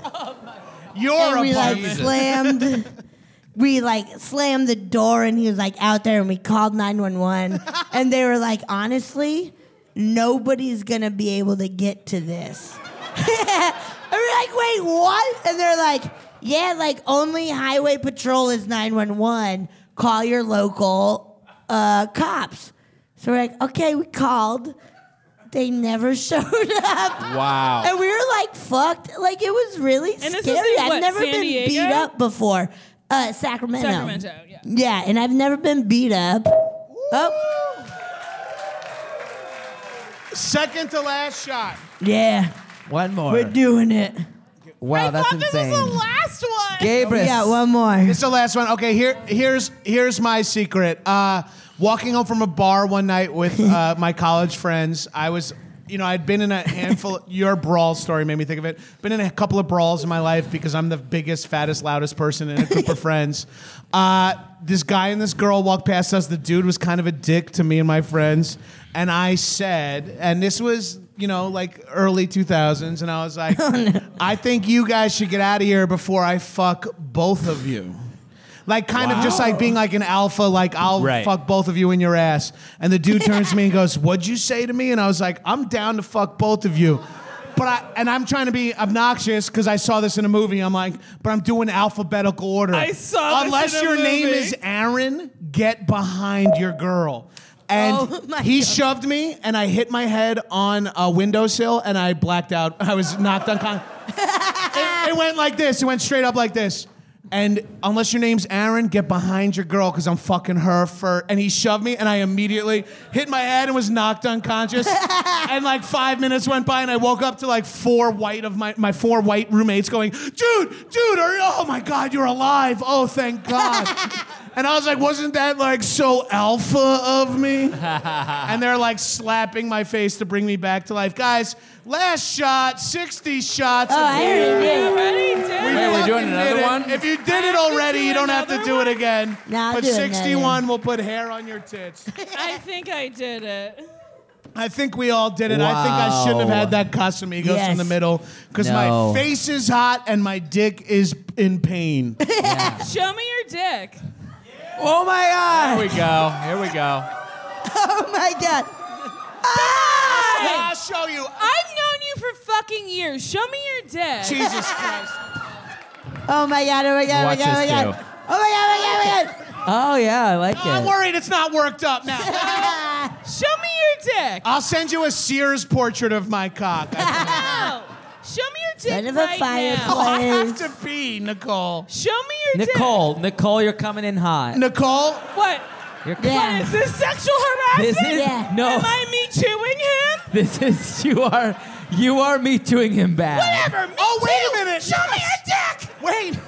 [SPEAKER 1] Your
[SPEAKER 4] and we like
[SPEAKER 1] apartment.
[SPEAKER 4] slammed. We like slammed the door, and he was like out there, and we called nine one one, and they were like, honestly, nobody's gonna be able to get to this. And we're like, wait, what? And they're like, yeah, like only highway patrol is 911. Call your local uh, cops. So we're like, okay, we called. They never showed up.
[SPEAKER 5] Wow.
[SPEAKER 4] And we were like fucked. Like it was really
[SPEAKER 2] And this
[SPEAKER 4] scary.
[SPEAKER 2] is in
[SPEAKER 4] I've
[SPEAKER 2] what,
[SPEAKER 4] never
[SPEAKER 2] San
[SPEAKER 4] been
[SPEAKER 2] Diego?
[SPEAKER 4] beat up before. Uh, Sacramento.
[SPEAKER 2] Sacramento, yeah.
[SPEAKER 4] Yeah, and I've never been beat up. Oh,
[SPEAKER 1] Second to last shot.
[SPEAKER 4] yeah.
[SPEAKER 3] One more.
[SPEAKER 4] We're doing it.
[SPEAKER 3] wow, that's
[SPEAKER 2] This is the
[SPEAKER 3] insane.
[SPEAKER 2] last one.
[SPEAKER 3] Gabrus.
[SPEAKER 4] We got one more.
[SPEAKER 1] It's the last one. Okay, here, here's here's my secret. Uh, walking home from a bar one night with uh, my college friends, I was, you know, I'd been in a handful. your brawl story made me think of it. Been in a couple of brawls in my life because I'm the biggest, fattest, loudest person in a group of friends. Uh, this guy and this girl walked past us. The dude was kind of a dick to me and my friends, and I said, and this was. you know, like early 2000s, and I was like, I think you guys should get out of here before I fuck both of you. Like, kind of just like being like an alpha, like, I'll
[SPEAKER 5] Right.
[SPEAKER 1] fuck both of you in your ass. And the dude turns to me and goes, What'd you say to me? And I was like, I'm down to fuck both of you. But I, and I'm trying to be obnoxious because I saw this in a movie. I'm like, but I'm doing alphabetical order.
[SPEAKER 2] I saw this
[SPEAKER 1] Unless
[SPEAKER 2] in a
[SPEAKER 1] your name
[SPEAKER 2] movie.
[SPEAKER 1] is Aaron, get behind your girl. And
[SPEAKER 4] Oh my
[SPEAKER 1] he
[SPEAKER 4] God.
[SPEAKER 1] shoved me, and I hit my head on a windowsill, and I blacked out. I was knocked unconscious. it, it went like this. It went straight up like this. And unless your name's Aaron, get behind your girl because I'm fucking her for. And he shoved me, and I immediately hit my head and was knocked unconscious. and like five minutes went by, and I woke up to like four white of my my four white roommates going, "Dude, dude, are you, oh my god, you're alive! Oh, thank God!" and I was like, "Wasn't that like so alpha of me?" and they're like slapping my face to bring me back to life, guys. Last shot, sixty shots.
[SPEAKER 4] Oh, I already
[SPEAKER 2] We
[SPEAKER 4] did.
[SPEAKER 2] already did
[SPEAKER 5] Wait,
[SPEAKER 2] it.
[SPEAKER 5] we're doing
[SPEAKER 1] You did
[SPEAKER 5] another
[SPEAKER 1] it.
[SPEAKER 5] one?
[SPEAKER 1] If you did it
[SPEAKER 2] have to
[SPEAKER 1] already,
[SPEAKER 2] do
[SPEAKER 1] you don't have to
[SPEAKER 2] another
[SPEAKER 1] do it
[SPEAKER 2] one?
[SPEAKER 1] again.
[SPEAKER 4] Nah, I'll
[SPEAKER 1] but
[SPEAKER 4] do another.
[SPEAKER 1] 61 will put hair on your tits.
[SPEAKER 2] I think I did it.
[SPEAKER 1] I think we all did it. I think I shouldn't have had that Casamigos in
[SPEAKER 4] Yes.
[SPEAKER 1] the middle because
[SPEAKER 3] No.
[SPEAKER 1] my face is hot and my dick is in pain.
[SPEAKER 2] Show me your dick.
[SPEAKER 3] Oh my god!
[SPEAKER 5] Here we go. Here we go.
[SPEAKER 4] Oh my god. Ah!
[SPEAKER 1] I'll show you.
[SPEAKER 2] I've known you for fucking years. Show me your dick.
[SPEAKER 1] Jesus Christ.
[SPEAKER 4] Oh my god. Oh my god. Oh my
[SPEAKER 5] Watch
[SPEAKER 4] god. Oh my
[SPEAKER 5] this
[SPEAKER 4] god.
[SPEAKER 5] too.
[SPEAKER 4] Oh my god. Oh my god. Oh my god.
[SPEAKER 3] Oh yeah, I like
[SPEAKER 1] I'm
[SPEAKER 3] it.
[SPEAKER 1] worried it's not worked up now.
[SPEAKER 4] Ah.
[SPEAKER 2] Show me your dick.
[SPEAKER 1] I'll send you a Sears portrait of my cock.
[SPEAKER 3] Ah.
[SPEAKER 1] I
[SPEAKER 2] Ow. Show me your dick
[SPEAKER 4] Son of a
[SPEAKER 2] right now.
[SPEAKER 4] firefly.
[SPEAKER 1] have to be, Nicole.
[SPEAKER 2] Show me your dick.
[SPEAKER 3] Nicole, Nicole, you're coming in hot.
[SPEAKER 1] Nicole,
[SPEAKER 2] What?
[SPEAKER 3] You're co-
[SPEAKER 4] Yeah.
[SPEAKER 2] What is this sexual harassment?
[SPEAKER 3] This is
[SPEAKER 4] Yeah.
[SPEAKER 3] no.
[SPEAKER 2] Am I me chewing him?
[SPEAKER 3] This is you are you are me doing him bad.
[SPEAKER 2] Whatever. Me
[SPEAKER 1] Oh, wait
[SPEAKER 2] too.
[SPEAKER 1] a minute.
[SPEAKER 2] Show me your dick.
[SPEAKER 1] Wait.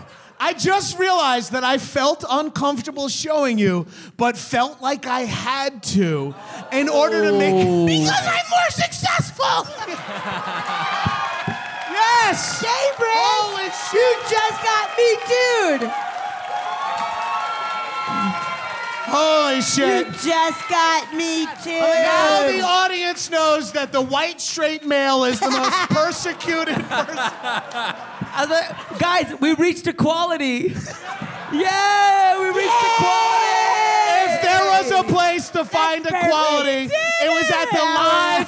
[SPEAKER 1] I just realized that I felt uncomfortable showing you, but felt like I had to in order to make. Because I'm more successful! yes!
[SPEAKER 4] Daybreak.
[SPEAKER 1] Holy
[SPEAKER 4] You
[SPEAKER 1] shit!
[SPEAKER 4] just got me, dude.
[SPEAKER 1] Holy
[SPEAKER 4] You
[SPEAKER 1] shit!
[SPEAKER 4] just got me, dude.
[SPEAKER 1] Now the audience knows that the white straight male is the most persecuted person.
[SPEAKER 3] Other- guys, we reached equality. yeah, we reached equality.
[SPEAKER 1] If there was a place to find
[SPEAKER 4] That's
[SPEAKER 1] equality, it was at the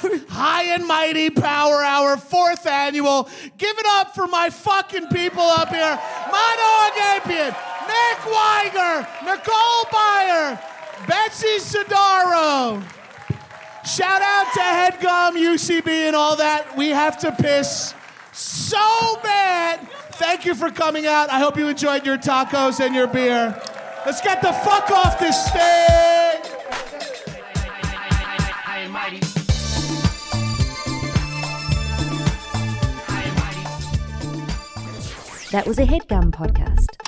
[SPEAKER 1] live High and Mighty Power Hour fourth annual. Give it up for my fucking people up here. My dog Apian, Nick Weiger, Nicole Byer, Betsy Sidaro. Shout out to Headgum, UCB, and all that. We have to piss so bad. Thank you for coming out. I hope you enjoyed your tacos and your beer. Let's get the fuck off this stage.
[SPEAKER 6] That was a headgum podcast.